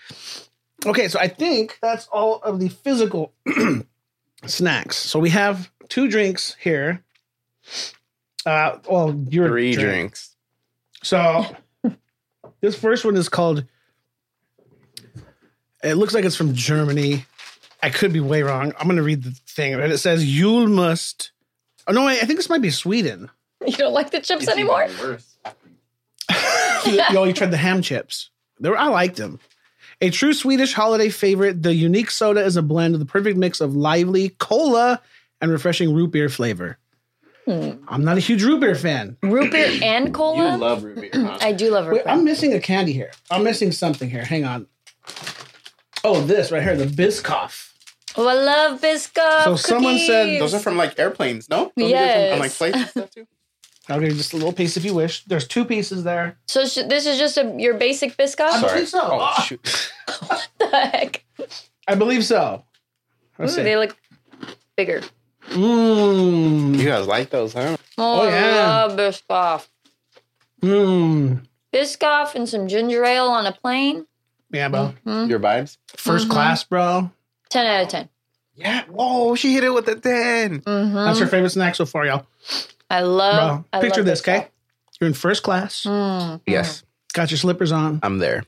C: Okay, so I think that's all of the physical snacks. So we have two drinks here. Uh, well, your
E: Three
C: drink.
E: drinks.
C: So this first one is called. It looks like it's from Germany. I could be way wrong. I'm gonna read the thing, and it says Yule must. Oh no, wait, I think this might be Sweden.
D: You don't like the chips anymore?
C: you know, you tried the ham chips. They were, I liked them. A true Swedish holiday favorite, the unique soda is a blend of the perfect mix of lively cola and refreshing root beer flavor.
D: Hmm.
C: I'm not a huge root beer fan.
D: Root beer and
E: You
D: cola?
E: love root beer. huh?
D: I do love root
C: Wait,
D: beer.
C: I'm missing a candy here. I'm missing something here. Hang on. Oh, this right here, the Biscoff.
D: Oh, I love Biscoff.
C: So someone said-
D: cookies.
E: Those are from like airplanes, no? Those are from, like
D: Yes.
E: planes and stuff too.
C: I'll give you just a little piece if you wish. There's two pieces there.
D: So sh- this is just a, your basic Biscoff?
C: Sorry. think so. Ah,
E: Oh, shoot.
D: What the heck?
C: I believe so. Let's
D: Ooh,
C: see.
D: they look bigger.
C: Mmm.
E: You guys like those, huh?
D: Oh,
C: Oh,
D: I
C: yeah.
D: love Biscoff.
C: Mmm.
D: Biscoff and some ginger ale on a plane.
C: Yeah, bro.
D: Mm-hmm.
E: Your vibes?
C: 1st class, bro.
D: 10 out of 10.
E: Yeah. Whoa, Oh, she hit it with a 10.
D: hmm
C: That's your favorite snack so far, y'all.
D: I love
C: Bro,
D: oh, I
C: picture
D: love
C: this,
D: Biscoff.
C: okay? You're in first class.
D: Mm.
E: Yes,
C: Got your slippers on.
E: I'm there.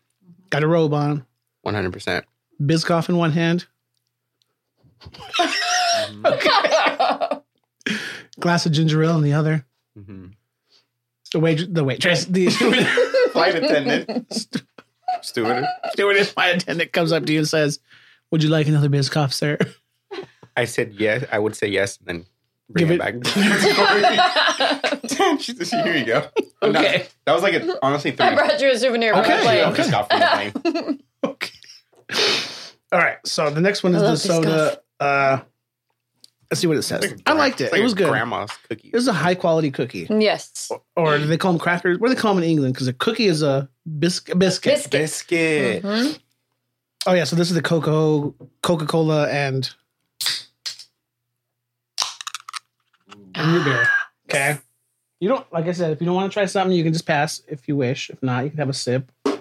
C: Got a robe on.
E: 100%.
C: Biscoff in one hand. Glass of ginger ale in the other.
E: Mm-hmm.
C: The wait, the waitress, the
E: Flight attendant. Steward.
C: stewardess, my attendant comes up to you and says, "Would you like another Biscoff, sir?"
E: I said yes. I would say yes, and then bring
C: Give
E: it,
C: it-
E: back. she said, Here you go. No,
C: Okay.
E: that was like a, honestly three.
D: I brought you a souvenir from
C: Okay.
D: the plane.
E: Yeah, just got from the plane.
C: Okay. All right. So the next one is
D: I
C: the
D: love
C: soda. Uh, let's see what it says. I liked it.
E: It's like
C: it was
E: a
C: good.
E: Grandma's cookie.
C: It was a high quality cookie,
D: Yes.
C: or do they call them crackers? What do they call them in England? Because a cookie is a bisc- biscuit.
D: Biscuit.
E: biscuit.
D: Mhm.
C: Oh yeah. So this is the cocoa, Coca Cola, and and root beer. Okay. You don't like I said. If you don't want to try something, you can just pass if you wish. If not, you can have a sip. I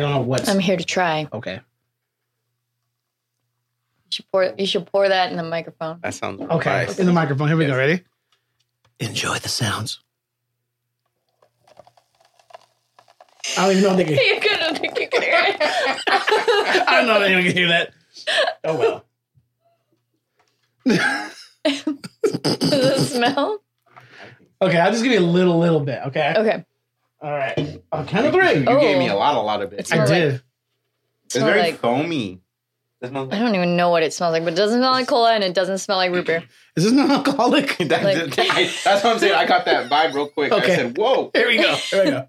C: don't know what's
D: I'm here to try. You
C: okay.
D: should pour, you should pour that in the microphone.
E: That sounds
C: Okay.
E: Nice.
C: In the microphone. Here we
E: Yes.
C: go. Ready? Enjoy the sounds. I don't even know if they can.
D: you couldn't think you could hear it.
C: I don't know if anyone can hear that. Oh well.
D: the smell?
C: Okay, I'll just give you a little, little bit. Okay.
D: Okay.
C: All right. On count of three.
E: You gave
D: Oh.
E: me a lot, a lot of it.
D: It's-
C: I
D: smells
C: did.
E: It's very
D: like-
E: foamy. It smells
D: I
E: like-
D: don't even know what it smells like, but it doesn't smell like cola and it doesn't smell like root beer.
C: Is this non-alcoholic? Here
E: That-
D: Like-
E: that- I- that's what I'm saying. I got that vibe real quick.
C: Okay.
E: I said, "Whoa!"
C: we go. Here we go.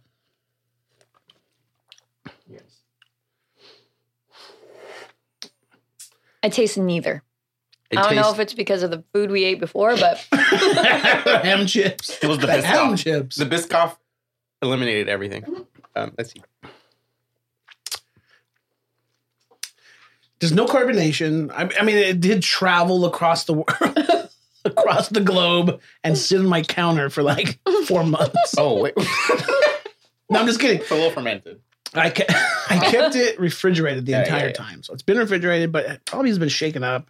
D: I taste neither.
E: It
D: I don't know
E: tastes-
D: if it's because of the food we ate before, but
C: ham chips.
E: it was the
C: The ham
E: Biscoff.
C: chips.
E: The Biscoff eliminated everything. Um, let's see.
C: There's no carbonation. I, I mean, it did travel across the world, across the globe, and sit on my counter for like four months.
E: Oh wait, it's
C: No, I'm just kidding.
E: a little fermented.
C: I kept, I kept it refrigerated the
E: Yeah, yeah,
C: entire
E: yeah.
C: time. So it's been refrigerated, but it probably has been shaken up.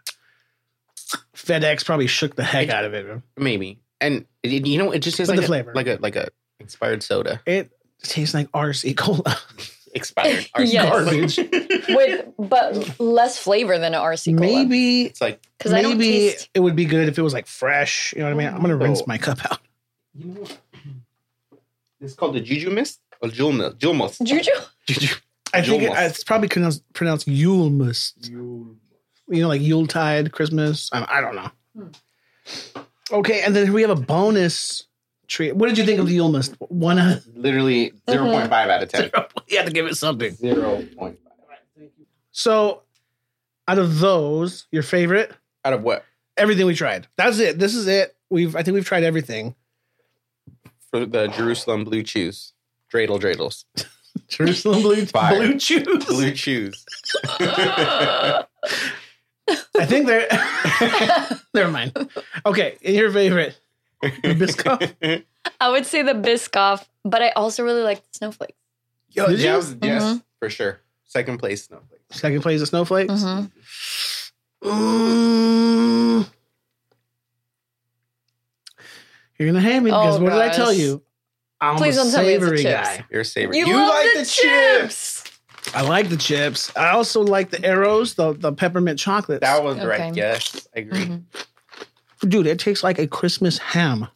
C: FedEx probably shook the heck out of it.
E: Maybe, and it- it- you know, it just tastes
C: But the
E: like a,
C: flavor.
E: like a like a expired soda.
C: It tastes like RC cola.
E: Expired
D: Yes.
E: garbage.
D: with but less flavor than an RC cola.
C: Maybe
E: It's like
D: because I don't
C: maybe
D: taste.
C: it would be good if it was like fresh. You know what I mean? I'm gonna rinse
E: Oh.
C: my cup out.
E: you know, it's called the Juju Mist or Jewel Mist. Jewel Mist.
D: Juju.
E: Juju.
C: I think it,
E: Yule must.
C: it's probably pronounced pronounced Yule must. You know, like Yuletide, Christmas.
E: Um,
C: I, I don't know. Okay, and then we have a bonus treat. What did you think of the Yule must? One out of
E: Literally
D: Mm-hmm.
E: 0.5 out of ten.
C: zero. You had to give it something.
E: Zero point five
C: So, out of those, your favorite?
E: out of what
C: Everything we tried. That's it. This is it. We've I think we've tried everything.
E: for the Jerusalem blue chews. Dreidel dreidels.
C: Jerusalem blue
E: Fire.
C: blue chews.
E: Blue chews.
C: I think they're never mind. Okay, and your favorite Biscoff.
D: I would say the Biscoff, but I also really like the snowflakes.
E: Yo,
C: Did
E: yeah,
C: you?
E: I was- yes,
D: Mhm.
E: for sure. Second place snowflake.
C: Second place is snowflakes.
D: Mhm.
C: Mm. You're gonna hate me because
D: Oh,
C: what did I
D: guys.
C: tell you? I'm
D: Please
C: a
D: don't tell me it's the
C: savory
D: chips.
C: guy.
E: You're savory.
D: You love the chips!
C: I like the chips. I also like the arrows, the, the peppermint chocolates.
E: That was the
D: Okay.
E: right. Yes, I agree.
D: Mhm.
C: Dude, it tastes like a Christmas ham.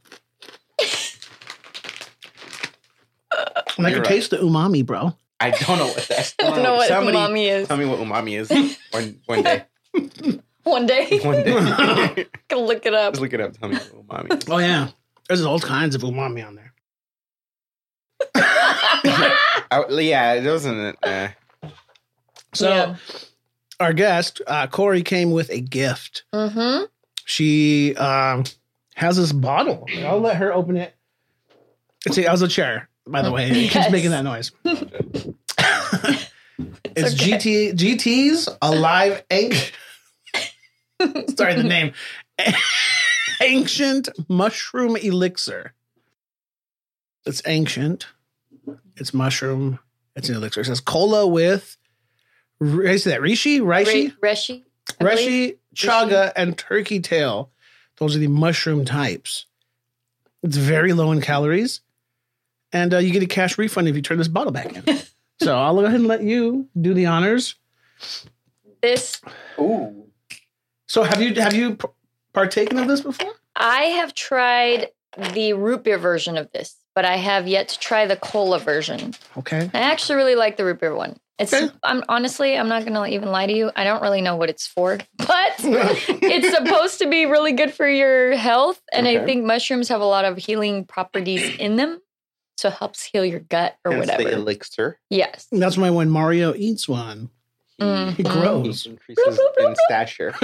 C: and I
E: You're
C: can
E: right.
C: taste the umami, bro.
E: I don't know what that's.
D: I don't know what umami is.
E: Tell me what umami is. One one day.
D: One day,
E: One day.
D: can look it up.
E: Just look it up. Tell me what umami. Is.
C: Oh yeah, there's all kinds of umami on there.
E: I, yeah, it wasn't. Uh,
C: So
D: Yeah.
C: our guest uh, Corey came with a gift.
D: Mm-hmm.
C: She um, has this bottle. I'll let her open it. It's a, it was a chair, by the way. It keeps
D: Yes.
C: making that noise. it's GT GT's Alive Ancient. Sorry, the name. ancient Mushroom Elixir. It's ancient. It's mushroom. It's an elixir. It says cola with. How do you say that? Rishi? Reishi?
D: Re- Reshi. I believe.
C: Reshi, chaga, and turkey tail. Those are the mushroom types. It's very low in calories. And uh, you get a cash refund if you turn this bottle back in. so I'll go ahead and let you do the honors.
D: This
E: ooh.
C: So have you have you p- partaken of this before?
D: I have tried the root beer version of this, but I have yet to try the cola version.
C: Okay.
D: I actually really like the root beer one. It's
C: Okay.
D: I'm honestly I'm not gonna even lie to you. I don't really know what it's for, but it's supposed to be really good for your health. And I
E: Okay.
D: think mushrooms have a lot of healing properties in them. So it helps heal your gut or
E: Hence
D: whatever.
E: The elixir
D: yes.
C: That's why when Mario eats one,
D: Mhm.
C: he grows.
E: increases in stature.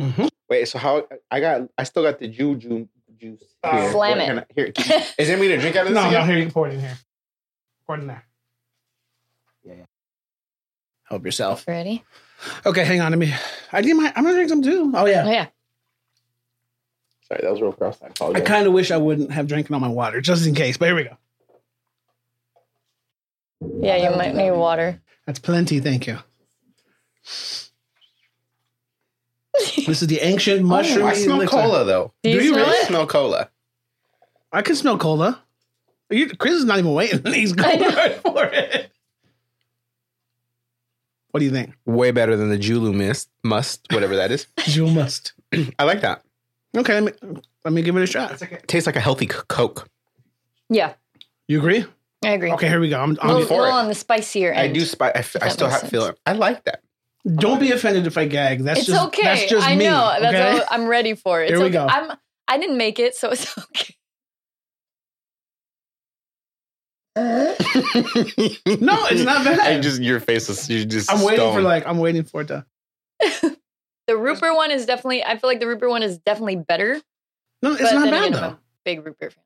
C: Mhm.
E: Wait, so how? I got. I still got the juju juice.
C: Oh.
E: here.
D: Slam
E: What
D: it.
E: can I- here, can- is there me to drink out of this?
C: No, no,
E: again?
C: here you can pour it in here. Pour it in there. Yeah, yeah. Help yourself.
D: Ready?
C: Okay, hang on to me. I need my. I'm gonna drink some too. Oh yeah.
D: Oh yeah.
E: Sorry, that was real gross. I
C: I
E: apologize.
C: kind of wish I wouldn't have drinking all my water just in case, but here we go.
D: Yeah, you might need water.
C: That's plenty. Thank you. this is the
D: Oh,
C: ancient mushroom.
E: Ooh, I smell
C: elixir.
E: cola though.
D: Do you
E: I
D: smell it?
E: smell cola.
C: I can smell cola. You, Chris is not even waiting. He's
D: I
C: going
D: know.
C: right for it. What do you think?
E: Way better than the Julu mist, must whatever that is.
C: You must.
E: I like that.
C: Okay, let me, let me give it a shot.
E: tastes like a healthy c- Coke.
D: Yeah,
C: You agree?
D: I agree.
C: Okay, here we go. I'm,
D: A
C: I'm,
E: Well-
D: little,
E: for it.
D: little on the spicier end.
E: I do. Spi- I, f- I
D: that
E: still
D: makes
E: have feel it. I like that.
C: don't be offended if I gag. That's
D: it's
C: just
D: okay.
C: that's just
D: I
C: me.
D: know. That's
C: okay?
D: all, I'm ready for it. It's
C: Here we
D: okay.
C: go.
D: I'm, I didn't make it, so it's okay.
C: No, it's not bad.
E: I just your face is you just.
C: I'm waiting for
E: stoned.
C: like I'm waiting for it to.
D: The Rupert one is definitely. I feel like the Rupert one is definitely better.
C: No, it's
D: but
C: not
D: then
C: bad
D: again,
C: though.
D: I'm a big Rupert fan.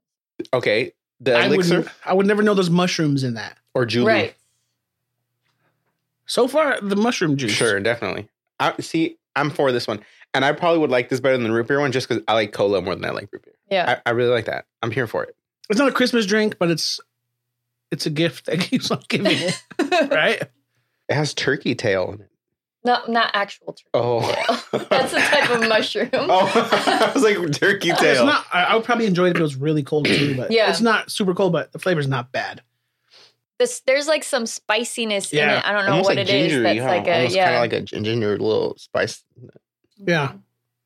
E: Okay, the
C: I
E: elixir
C: would I would never know there's mushrooms in that.
E: or Julu.
D: Right.
C: So far, the mushroom juice.
E: Sure, definitely. I see. I'm for this one, and I probably would like this better than the root beer one, just because I like cola more than I like root beer.
D: Yeah.
E: I, I really like that. I'm here for it.
C: It's not a Christmas drink, but it's it's a gift that keeps on giving, right?
E: It has turkey tail in it.
D: not not actual turkey.
E: Oh,
D: That's the type of mushroom.
E: oh, I was like turkey tail.
C: It's not. I, I would probably enjoy it if it was really cold too, but
D: Yeah.
C: it's not super cold. But the flavor's not bad.
D: This there's like some spiciness in
C: Yeah.
D: it. I don't know what it is. That's like a
E: kind
D: yeah.
E: of like a ginger little spice.
C: Yeah,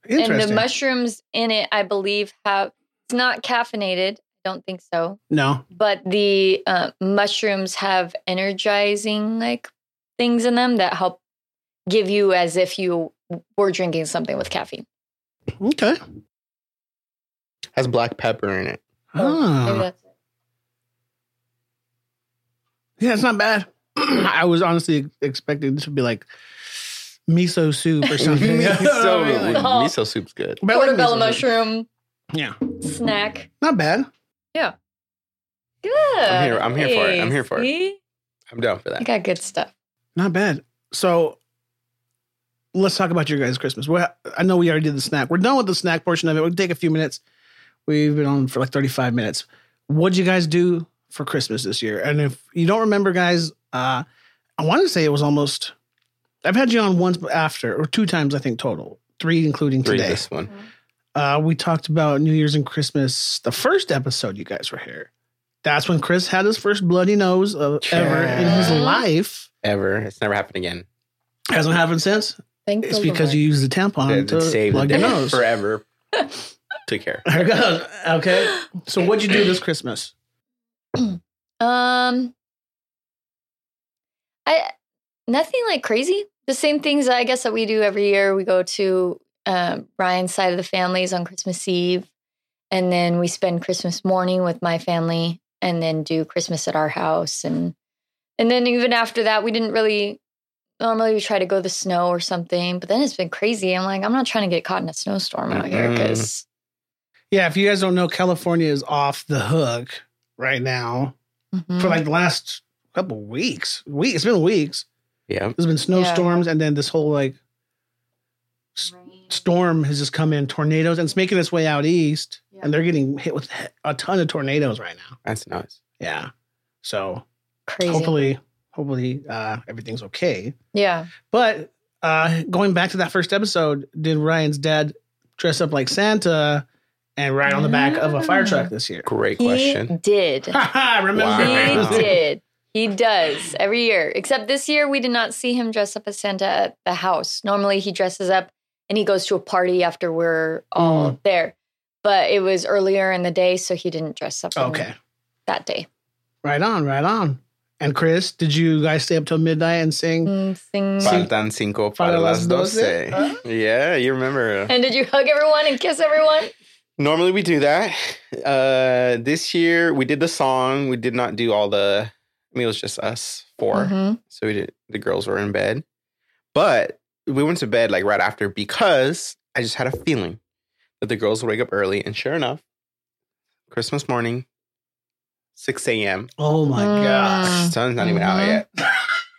D: and the
C: interesting.
D: mushrooms in it, I believe, have it's not caffeinated. I don't think so.
C: no,
D: but the uh, mushrooms have energizing like things in them that help give you as if you were drinking something with caffeine.
C: okay.
E: Has black pepper in it.
D: Maybe
C: Oh.
D: that's-
C: yeah, it's not bad. I was honestly expecting to be like miso soup or something.
E: miso,
D: Oh.
E: miso soup's good.
C: But I like
D: Portobello
C: miso soup.
D: mushroom
C: Yeah,
D: snack.
C: not bad.
D: Good.
E: here- I'm here for it. I'm here for it.
D: See?
E: I'm down for
D: I
E: that.
D: got good stuff.
C: Not bad. So let's talk about your guys' Christmas. Well, I know we already did the snack. We're done with the snack portion of it. We'll take a few minutes. We've been on for like 35 minutes. What'd you guys do for Christmas this year? And if you don't remember, guys, uh, I want to say it was almost, I've had you on once after, or two times, I think, total, three, including
E: Three
C: today.
E: this one.
C: Uh, we talked about New Year's and Christmas. The first episode you guys were here. That's when Chris had his first bloody nose of, ever in his
D: Yeah.
C: life.
E: Ever. It's never happened again.
C: Hasn't happened since.
D: Thank
C: It's
D: the
C: because
D: Lord.
C: you used the tampon
E: It,
C: to
E: it saved the
C: plug your
E: day
C: nose.
E: forever. Took care.
C: There it goes. Okay. So what'd you do this Christmas?
D: Um, I nothing like crazy. The same things I guess that we do every year. We go to um, Ryan's side of the families on Christmas Eve, and then we spend Christmas morning with my family, and then do Christmas at our house, and and then even after that, we didn't really. Normally we try to go to the snow or something, but then it's been crazy. I'm like, I'm not trying to get caught in a snowstorm out here
C: Mm-hmm.
E: Mm-mm.
D: because
C: Yeah, if you guys don't know, California is off the hook right now for like the last couple weeks. Week it's been weeks.
E: Yeah.
C: There's been snowstorms and then this whole like
D: mm-hmm.
C: storm has just come in, tornadoes, and it's making its way out east.
D: Yeah.
C: And they're getting hit with a ton of tornadoes right now.
E: That's nice.
C: Yeah. So
D: crazy.
C: hopefully, hopefully uh, everything's okay.
D: Yeah.
C: But uh, going back to that first episode, did Ryan's dad dress up like Santa and ride on the back of a fire truck this year?
E: Great
D: He
E: question.
D: did.
C: Haha, Remember?
E: Wow.
D: He did. He does every year. Except this year, we did not see him dress up as Santa at the house. Normally, he dresses up and he goes to a party after we're all there. But it was earlier in the day, so he didn't dress up on
C: Okay.
D: that day.
C: Right on, right on. And Chris, did you guys stay up till midnight and sing?
D: Mm, thing.
E: Faltan cinco para,
C: Para
E: las
C: las doce.
E: doce.
C: Huh?
E: Yeah, you remember.
D: And did you hug everyone and kiss everyone?
E: Normally we do that. Uh, this year we did the song. We did not do all the. I mean, it was just us 4
D: Mhm.
E: So we did. The girls were in bed, but we went to bed like right after because I just had a feeling that the girls would wake up early, and sure enough, Christmas morning, six a.m.
C: Oh my
D: Mm.
C: gosh.
E: Sun's not even out
D: Mhm.
C: Mm-hmm.
E: yet.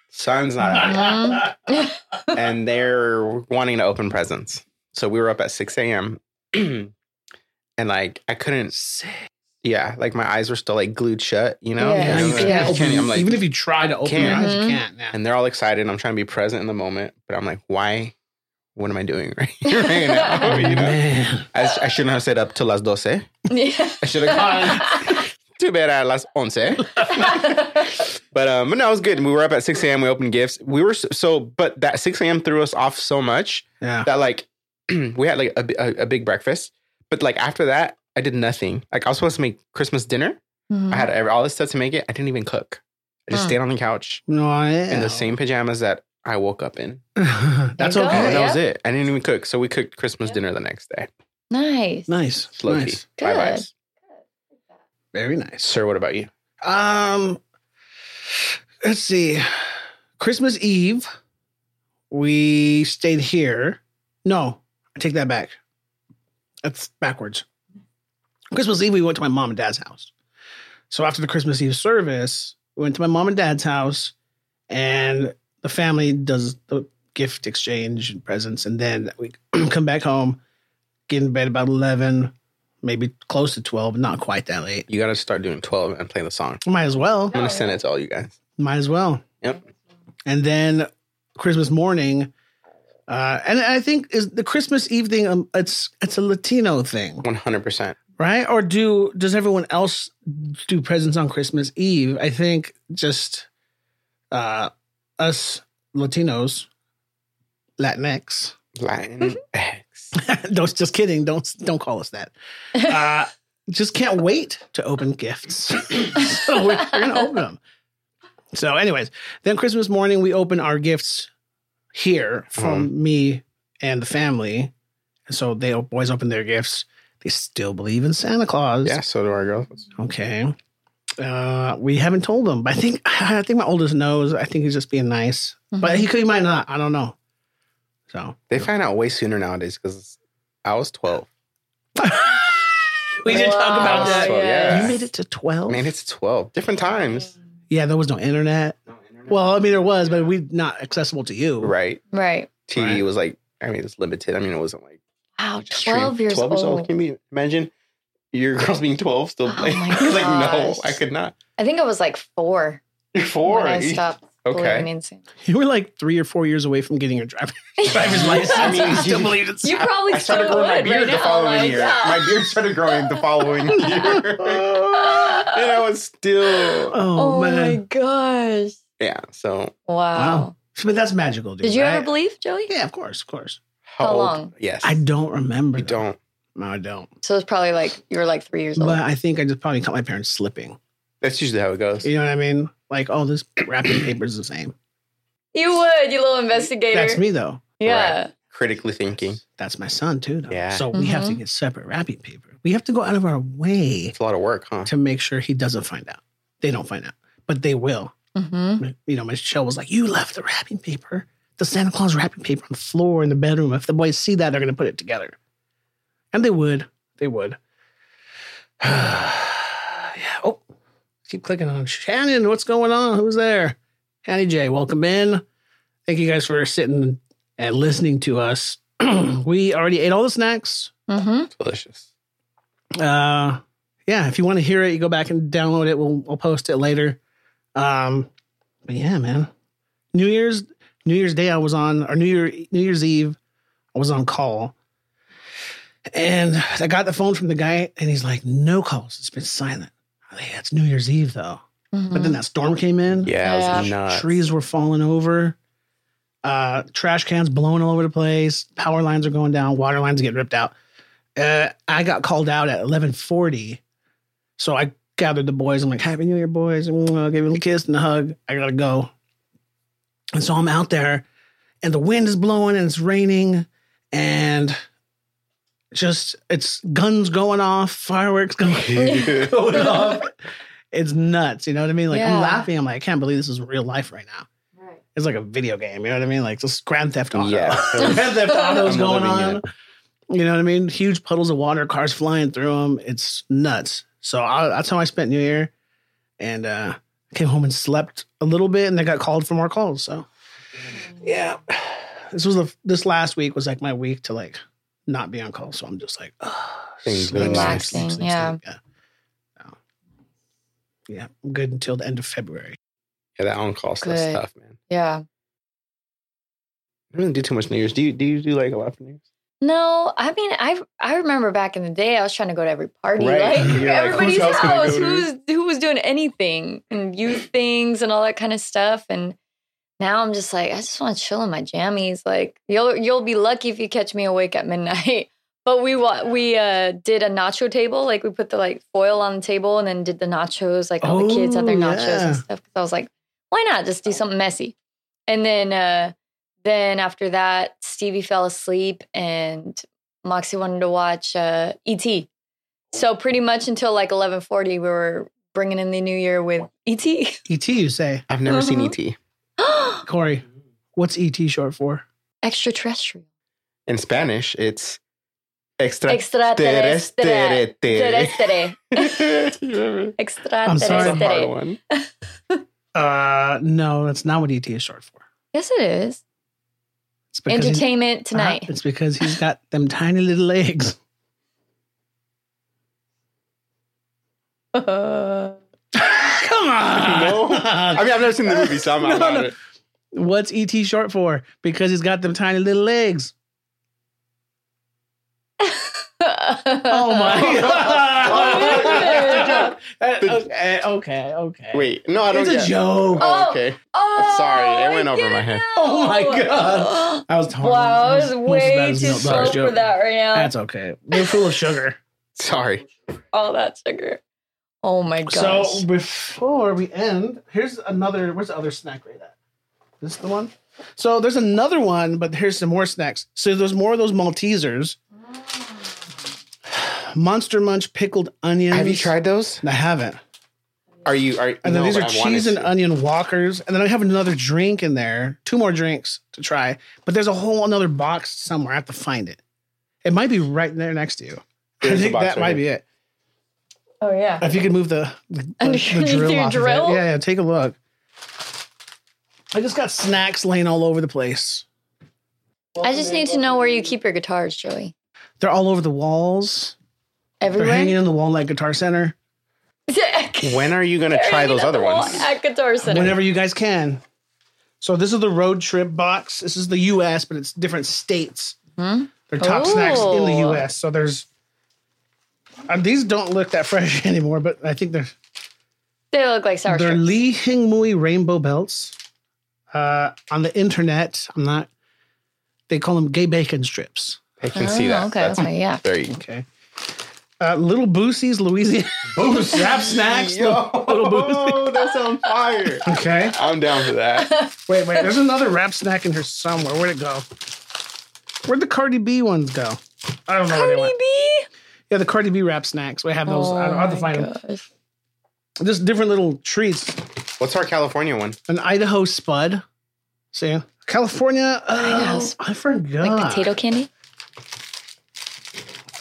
E: Sun's not out yet, and they're wanting to open presents. So we were up at six a.m. and like I couldn't yeah, like my eyes were still like glued shut, you know?
D: Yeah.
E: And
C: you
E: I'm
D: Yeah.
E: like,
C: can't
E: I can't-
C: open,
E: I'm like-
C: even if you try to open your
E: Can't.
C: eyes, you
D: Mhm.
C: can't. Yeah.
E: and they're all excited. I'm trying to be present in the moment, but I'm like, why? What am I doing right, right now? You know?
C: Man.
E: I, sh- I shouldn't have said up till las doce. I
D: Yeah.
E: should have gone to bed at las once. eh? But um, but no, it was good. We were up at 6 a.m. We opened gifts. We were so, so but that 6 a.m. threw us off so much
C: Yeah.
E: that like we had like a, bi- a, a big breakfast. But like after that, I did nothing. Like I was supposed to make Christmas dinner.
D: Mm-hmm.
E: I had every- all this stuff to make it. I didn't even cook. I just
D: Huh.
E: stayed on the couch
C: No, I am.
E: in the same pajamas that I woke up in.
C: That's
D: There you go.
E: and
C: okay.
E: that
D: Oh, yeah.
E: was it. I didn't even cook. So we cooked Christmas
D: Yeah.
E: dinner the next day.
D: nice.
C: Nice.
E: It's low
C: nice.
E: key. Bye
D: Good.
E: vibes.
C: Very nice.
E: Sir, what about you?
C: Um, let's see. Christmas Eve, we stayed here. No, I take that back. That's backwards. Christmas Eve, we went to my mom and dad's house. So after the Christmas Eve service, we went to my mom and dad's house, and the family does the gift exchange and presents, and then we come back home, get in bed about eleven, maybe close to twelve, not quite that late.
E: You got to start doing 12 and play the song.
C: Might as well.
E: I'm going to
D: Oh,
E: send it to all you guys.
C: Might as well.
E: Yep.
C: And then Christmas morning, uh, and I think is the Christmas Eve thing. Um, it's it's a Latino thing,
E: 100%.
C: right? Or do does everyone else do presents on Christmas Eve? I think just uh, us Latinos, Latinx.
D: Mm-hmm.
E: Latin X.
C: don't just kidding. Don't don't call us that. Uh, just can't wait to open gifts. so we're, we're gonna open them. So, anyways, then Christmas morning we open our gifts here from me and the family. And so they always open their gifts. They still believe in Santa Claus.
E: Yeah, so do our girls.
C: Okay. Uh, we haven't told him, but I think I think my oldest knows. I think he's just being nice, but he could he might not. I don't know. So
E: They find out way sooner nowadays because I was 12.
C: we did talk about that.
E: Wow, yeah.
C: You made it to twelve.
E: Man, it's 12. Different times.
C: Yeah, there was no internet. Well, I mean, there was, but we not accessible to you.
E: Right.
D: Right.
E: TV
C: Right.
E: was like, I mean, it's limited. I mean, it wasn't like
D: Wow.
E: extreme.
D: 12 years,
E: 12 years
D: old.
E: old. Can you imagine your girls being 12 still
D: Oh
E: playing?
D: my
E: like, no,
D: gosh.
E: I could not.
D: I think I was like four.
E: You're four.
D: When I
E: You-
D: stopped.
E: Okay.
D: believing in Santa.
C: You were like three or four years away from getting your driver, driver's license.
E: I mean,
C: still
E: you-
C: believe it's
D: You probably
E: I started
D: still
E: growing my
D: would
E: beard
D: right
E: the
D: now,
E: following
D: like,
E: year.
D: yeah.
E: My beard started growing the following year. and I was still.
C: Oh,
D: Oh, my
C: man.
D: gosh!
E: Yeah, so.
D: Wow.
C: Wow. But that's magical, dude.
D: Did you
C: right?
D: ever believe, Joey?
C: Yeah, of course, of course.
E: How,
D: How
E: old-
D: long?
E: Yes.
C: I don't remember.
E: You
C: though.
E: don't.
C: No, I don't.
D: So it's probably like you were like three years old.
C: But I think I just probably caught my parents slipping.
E: That's usually how it goes.
C: You know what I mean? Like, oh, this wrapping paper is the same.
D: you would, you little investigator.
C: That's me, though.
D: Yeah.
E: Critically thinking.
C: That's my son, too. Though.
E: Yeah.
C: So we have to
D: Mhm.
C: get separate wrapping paper. We have to go out of our way
E: It's a lot of work, huh?
C: to make sure he doesn't find out. They don't find out, but they will.
D: Mm-hmm.
C: You know, Michelle was like, you left the wrapping paper, the Santa Claus wrapping paper on the floor in the bedroom. If the boys see that, they're going to put it together. And they would. They would. yeah. Oh, keep clicking on Shannon. What's going on? Who's there? Annie J, welcome in. Thank you guys for sitting and listening to us. we already ate all the snacks.
D: Mm-hmm.
E: Delicious.
C: Uh, yeah, if you want to hear it, you go back and download it. We'll we'll post it later. Um, but yeah, man, New Year's New Year's Day I was on, or New Year New Year's Eve I was on call, and I got the phone from the guy, and he's like, "No calls. It's been silent." I'm like, it's New Year's Eve though. But then that storm came in.
E: Yeah, it was
D: Yeah.
E: nuts.
C: Trees were falling over. Uh, trash cans blowing all over the place. Power lines are going down. Water lines get ripped out. Uh, I got called out at eleven forty, so I gathered the boys. I'm like, "Happy New Year, boys!" Mm, And I gave them a kiss and a hug. I gotta go. And so I'm out there, and the wind is blowing and it's raining, and just it's guns going off, fireworks going going off. It's nuts. You know what I mean? Like
D: Yeah.
C: I'm laughing. I'm like, I can't believe this is real life right now.
D: Right.
C: It's like a video game. You know what I mean? Like this Grand Theft Auto.
E: Yeah.
C: Grand Theft Auto's
E: I'm
C: going
E: living
C: on.
E: it.
C: You know what I mean? Huge puddles of water, cars flying through them. It's nuts. So I, that's how I spent New Year, and uh, came home and slept a little bit, and then got called for more calls. So yeah, this was the this last week was like my week to like not be on call. So I'm just like ah, sleep,
E: Things
C: sleep,
D: relaxing,
C: sleep, sleep,
D: yeah.
C: sleep. yeah. No. Yeah, I'm good until the end of February.
E: Yeah, that on call stuff,
D: Good.
E: stuff, man.
D: Yeah.
E: I really do too much New Year's. Do you do you do like a lot for New Year's?
D: No, I mean, I I remember back in the day, I was trying to go to every party,
E: Right.
D: like
E: You're like,
D: everybody's
E: whose house can I go
D: house,
E: to?
D: who's who was doing anything and youth things and all that kind of stuff. And now I'm just like, I just want to chill in my jammies. Like you'll you'll be lucky if you catch me awake at midnight. But we wa- we uh, did a nacho table, like we put the like foil on the table and then did the nachos, like all the kids had their
C: Oh,
D: nachos
C: yeah. Oh.
D: and stuff. Because I was like, why not just do something messy? And then uh, then after that, Stevie fell asleep and Moxie wanted to watch uh, ET. So pretty much until like 11:40, we were bringing in the new year with E ET.
C: ET, E you say,
E: I've never seen E
D: Uh-huh.
E: ET
C: Corey? What's ET short for?
D: Extraterrestrial.
E: in Spanish. It's extra
D: Extraterrestre.
E: terrestre.
D: Terrestre.
E: Remember?
C: I'm
E: That's a hard
D: Extraterrestre.
E: one.
C: Uh, no, that's not what ET is short for.
D: Yes, it is.
C: It's because he-
D: Entertainment
C: Uh-huh.
D: tonight.
C: It's because he's got them tiny little legs. Come on.
E: No. I mean, I've never seen the movie, so I'm, I'm
C: No,
E: out
C: no.
E: of it.
C: What's ET short for? Because he's got them tiny little legs.
D: Uh-huh.
C: Oh my god. okay, okay, okay.
E: Wait, no, I don't
C: it's a
E: get it.
C: joke.
E: Oh,
D: Oh.
E: okay.
D: Oh,
E: Sorry, it went
D: I
E: over
D: get
E: my
D: it
E: head.
D: now.
C: Oh my God. I was talking
D: Wow, I
C: that almost as
D: was
C: bad
D: way
C: as
D: too
C: Milk
D: slow
C: Dog's
D: for
C: joke.
D: that right now.
C: That's okay. We're full of sugar.
E: Sorry.
D: all that sugar. Oh my gosh.
C: so before we end, here's another. Where's the other snack right at? This the one. So there's another one, but here's some more snacks. So there's more of those Maltesers. Monster Munch pickled onions.
E: Have you tried those?
C: I haven't.
E: Are you? Are
C: And then
E: no,
C: these
E: but
C: are
E: I wanted
C: cheese and
E: to.
C: onion walkers. And then I have another drink in there, two more drinks to try. But there's a whole another box somewhere. I have to find it. It might be right there next to you.
E: There's
C: I
E: a
C: think
E: box
C: that
E: right
C: might
E: here.
C: be it.
D: oh yeah.
C: If you could move the, the, the- the
D: Underneath
C: drill,
D: your
C: off of it.
D: drill?
C: Yeah, yeah, take a look. I just got snacks laying all over the place.
D: I just need to know where you keep your guitars, Joey.
C: They're all over the walls. They're hanging
D: Everywhere.
C: on the wall like Guitar Center.
D: They're
E: When are you gonna try
D: hanging
E: those
D: at
E: other
D: the wall
E: ones?
D: At Guitar Center.
C: Whenever you guys can. So this is the road trip box. This is the U.S., but it's different states.
D: Hmm?
C: They're top snacks in the
D: Ooh.
C: U.S. So there's uh, these don't look that fresh anymore, but I think they're
D: They look like sour
C: they're
D: strips.
C: Lee Hing Mui rainbow belts. Uh, on the internet, I'm not. They call them gay bacon strips.
E: I can see
D: Oh,
E: that.
D: Okay,
E: That's
D: okay, yeah.
E: very
C: Okay. Uh, Little Boosie's Louisiana
E: Boost
C: wrap Oh, snacks.
E: Yo, Oh,
C: Little Boosie.
E: that's on fire.
C: Okay.
E: I'm down for that.
C: Wait, wait. There's another wrap snack in here somewhere. Where'd it go? Where'd the Cardi B ones go? I don't know where they
D: Cardi
C: went.
D: B. Oh
C: Yeah, the Cardi B wrap snacks. We have those. I don't, I'll have to
D: my
C: find them.
D: gosh.
C: Just different little treats.
E: What's our California one?
D: Hmm?
C: An Idaho Spud. See? California.
D: Idaho
C: Oh,
D: Spud.
C: I forgot.
E: Ah,
D: Like potato candy.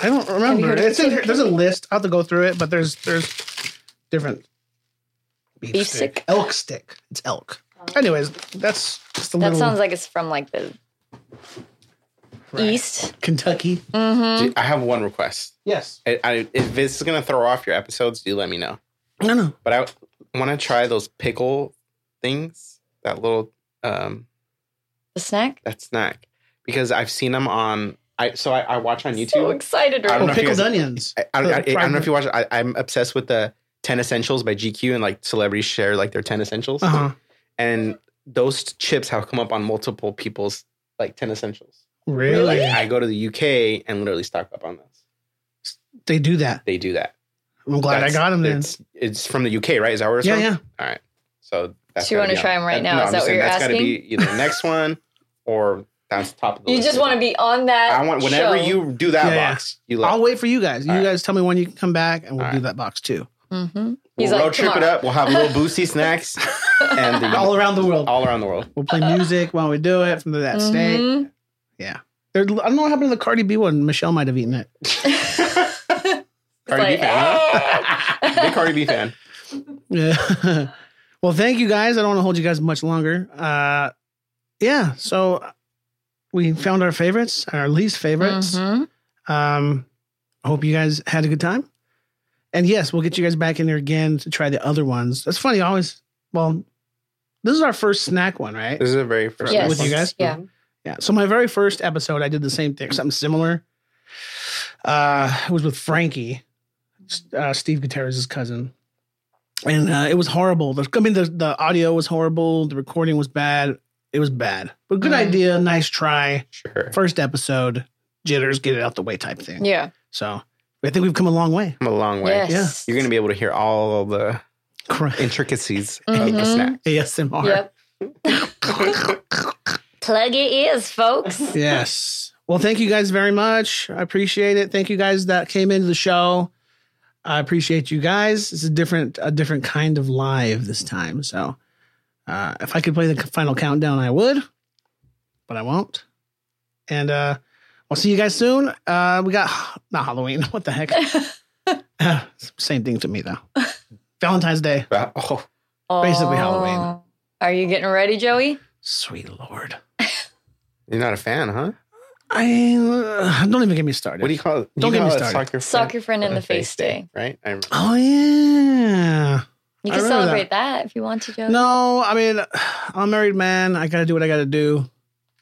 C: I don't
D: you
C: remember.
D: heard of
C: It's in
D: potato
C: here. There's a
D: candy?
C: list. I'll have to go through it, but there's there's different
D: Beef stick?
C: elk stick. It's elk. Anyways, that's just a
D: That
C: little
D: sounds like it's from like the
C: Right.
D: east.
C: Kentucky.
D: Mm-hmm.
E: I have one request.
C: Yes.
E: I, I, if this is gonna throw off your episodes, do let me know.
C: No, no.
E: But I want to try those pickle things. That little um,
D: The snack.
E: that snack because I've seen them on. I so I, I watch on YouTube.
D: So excited right
E: I don't
C: Oh,
E: know
D: now.
E: if you
C: pickled
E: guys-
C: onions.
E: I, I,
C: The
E: I, I don't know if
C: fried-
E: you watch. I, I'm obsessed with the Ten Essentials by GQ, and like celebrities share like their ten essentials,
C: Uh-huh.
E: and those chips have come up on multiple people's like ten essentials.
C: Really?
E: Like I go to the UK and literally stock up on those.
C: They do that.
E: They do that.
C: I'm glad I
E: That's-
C: got them then.
E: It's, it's from the UK, right? Is that where it's
C: Yeah,
E: from?
C: yeah.
E: All right. So
D: So you
E: gotta
D: wanna
E: be on-
D: try 'em right now? Is that
E: I'm just
D: what
E: saying
D: you're
E: that's gotta
D: asking?
E: be either next one or that's top of the
D: You
E: list.
D: just want to be on that.
E: I want whenever
D: show.
E: you do that
C: Yeah, yeah.
E: box, you like
C: I'll wait for you guys. You
E: All right.
C: guys tell me when you can come back and we'll
E: All
C: do
E: right.
C: that box too.
D: Mhm.
E: we'll
D: He's like,
E: road trip it
D: "Tomorrow."
E: up. We'll have little boosty snacks and the, all,
C: All around the world.
E: around the world.
C: We'll play music while we do it from that state.
D: Mhm.
C: There, I don't know what happened to the Cardi B one. Michelle might have eaten it.
D: It's
E: Cardi B
D: like,
E: fan,
D: "Ah."
E: Big Cardi B fan.
C: Yeah. well, thank you guys. I don't want to hold you guys much longer. Uh, yeah. So we found our favorites, our least favorites.
D: Mhm.
E: Mm-hmm.
C: Um, I hope you guys had a good time. And yes, we'll get you guys back in here again to try the other ones. That's funny. I always, well, this is our first snack one, right?
E: This is a very first
D: Yes.
C: With you guys? Mm-hmm.
D: Yeah.
C: Yeah. So my very first episode, I did the same thing, something similar. Uh, it was with Frankie, uh, Steve Gutierrez's cousin, and uh, it was horrible. The, I mean, the the audio was horrible. The recording was bad. It was bad, but good
D: Mm.
C: idea. Nice try.
E: Sure.
C: First episode, jitters, get it out the way type thing.
D: Yeah.
C: So I think we've come a long way.
E: I'm a long way.
D: Yes.
E: You're gonna be able to hear all the
C: Correct.
E: intricacies of the
D: Mhm.
E: snack.
C: ASMR.
D: Yep. Plug your ears, folks.
C: yes. Well, thank you guys very much. I appreciate it. Thank you guys that came into the show. I appreciate you guys. It's a different a different kind of live this time. So, uh, if I could play the final countdown, I would, but I won't. And uh, I'll see you guys soon. Uh, we got not Halloween. What the heck? Uh, same thing to me though. Valentine's Day.
E: Oh,
C: Basically
D: Aw.
C: Halloween.
D: Are you getting ready, Joey?
C: Sweet Lord.
E: you're not a fan, huh?
C: I uh, don't even get me started.
E: What do you call it?
C: Don't
E: you
C: get me
E: call it
C: started.
E: Soccer,
D: Sock your friend in the face day.
E: right? I remember.
C: oh yeah.
D: You
C: I
D: can
C: remember
D: celebrate that. if you want to, Joey.
C: No, I mean, I'm a married man. I gotta do what I gotta do.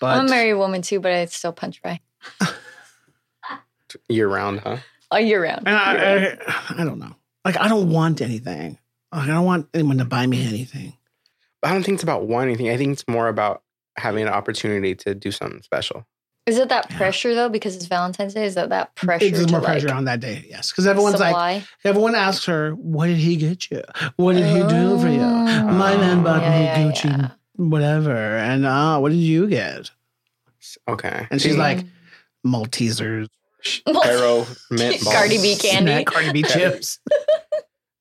C: But
D: I'm a married woman too, but I still punch dry
E: year round, huh?
D: all year round.
C: and I, I, I don't know. Like, I don't want anything. Like, I don't want anyone to buy me anything.
E: But I don't think it's about wanting anything. I think it's more about having an opportunity to do something special.
D: Is it that
C: Yeah.
D: pressure though? Because it's Valentine's Day. Is that that pressure?
C: It's just
D: to,
C: more
D: like,
C: pressure on that day, yes. Because everyone's like,
D: supply?
C: everyone asks her, "What did he get you? What did he do for you? My man bought
D: Oh. Yeah,
C: me
D: yeah,
C: Gucci,
D: yeah.
C: whatever." And uh, what did you get?
E: Okay.
C: And she's
E: See?
C: like, Maltesers,
E: Pyro mint balls.
D: Cardi B candy.
C: snack, Cardi B chips.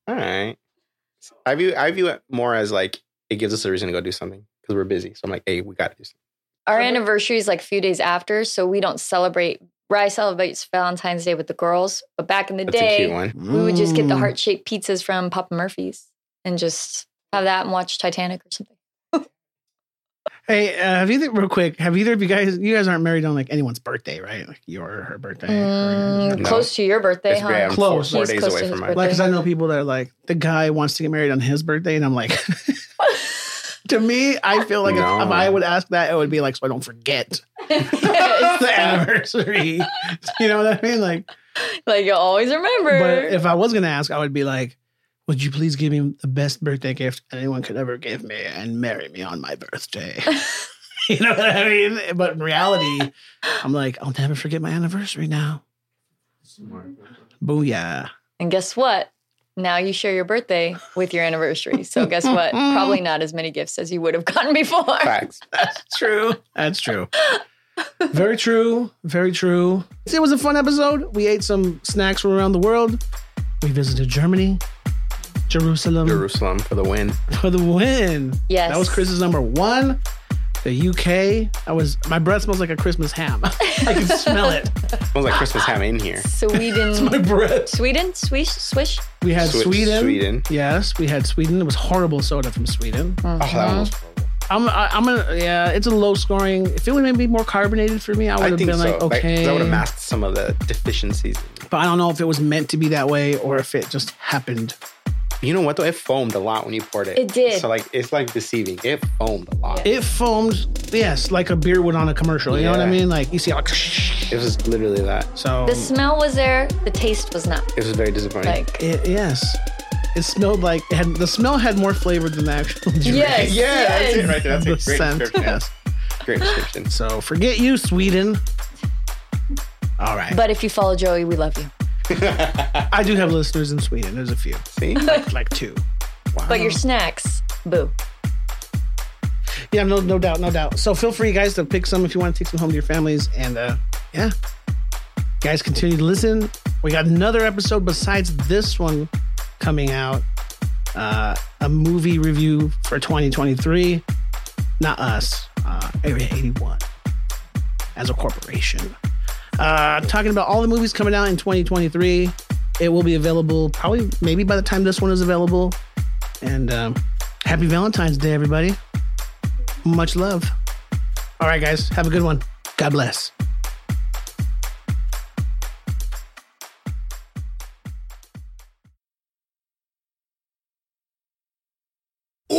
E: All right. I view I view it more as like it gives us a reason to go do something because we're busy. So I'm like, hey, we got to do something.
D: our anniversary is like a few days after, so we don't celebrate. Rye celebrates Valentine's Day with the girls, but back in the
E: That's a cute
D: day,
E: one.
D: we would just get the heart shaped pizzas from Papa Murphy's and just have that and watch Titanic or something.
C: Hey, uh, have either real quick? Have either of you guys? You guys aren't married on like anyone's birthday, right? Like your or her birthday.
D: Mm,
E: No.
D: Close to your birthday,
E: It's
D: huh?
E: great. I'm four,
C: Close.
E: four
D: He's
E: days
D: close to
E: away
D: his
E: from mine.
D: birthday.
C: Like, because I know people that are like, the guy wants to get married on his birthday, and I'm like, to me, I feel like
E: No.
C: if, if I would ask that, it would be like, so I don't forget the anniversary. you know what I mean? Like,
D: like you'll always remember.
C: but if I was gonna ask, I would be like, "Would you please give me the best birthday gift anyone could ever give me and marry me on my birthday?" you know what I mean? But in reality, I'm like, I'll never forget my anniversary now. Booyah!
D: and guess what? Now you share your birthday with your anniversary. So guess what? Probably not as many gifts as you would have gotten before.
E: Facts.
C: True. That's true. Very true. Very true. It was a fun episode. We ate some snacks from around the world. We visited Germany, Jerusalem,
E: Jerusalem for the win.
C: for the win.
D: Yes.
C: That was Chris's number one. The UK. I was my breath smells like a Christmas ham. I can smell it.
E: Smells like Christmas ham in here.
D: Sweden.
C: My breath.
D: Sweden? Swish? Swish?
C: We had
E: Swi-
C: Sweden.
E: Sweden.
C: Yes, we had Sweden. It was horrible soda from Sweden.
D: Mm.
E: Oh, that one was.
C: I'm I, I'm gonna yeah, it's a low scoring. If it would maybe more carbonated for me, I would
E: I
C: have
E: think
C: been
E: so.
C: like,
E: Like,
C: okay.
E: that would have masked some of the deficiencies.
C: but I don't know if it was meant to be that way or if it just happened.
E: You know what though? It foamed a lot when you poured it.
D: It did.
E: So like it's like deceiving. It foamed a lot.
C: It foamed, yes, like a beer would on a commercial. You know what I
E: Yeah.
C: mean? Like you see like
E: It was literally that.
C: so
D: The smell was there, the taste was not.
E: Mm. It was very disappointing.
D: Like,
C: It, yes. It smelled like it had the smell had more flavor than the actual drink.
D: yes.
E: yeah, that's it
D: yes.
E: right there. That's a
C: The
E: great
C: scent,
E: description.
C: yes.
E: Great description.
C: So forget you, Sweden. All right.
D: But if you follow Joey, we love you.
C: I do have listeners in Sweden. There's a few.
E: See?
C: Like two.
D: But your snacks, boo.
C: Yeah, no no doubt, no doubt. So feel free guys to pick some if you want to take some home to your families and uh yeah. Guys continue to listen. We got another episode besides this one coming out. Uh a movie review for 2023. Not us. Uh Area 81 as a corporation. Uh talking about all the movies coming out in 2023. It will be available probably maybe by the time this one is available. And um happy Valentine's Day everybody much love. All right, guys, have a good one. God bless.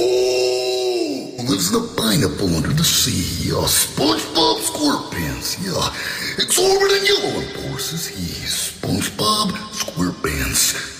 A: Oh, lives the pineapple under the sea. Uh, SpongeBob SquarePants, yeah. Exorbitant yellow and Boris's he. SpongeBob SquarePants.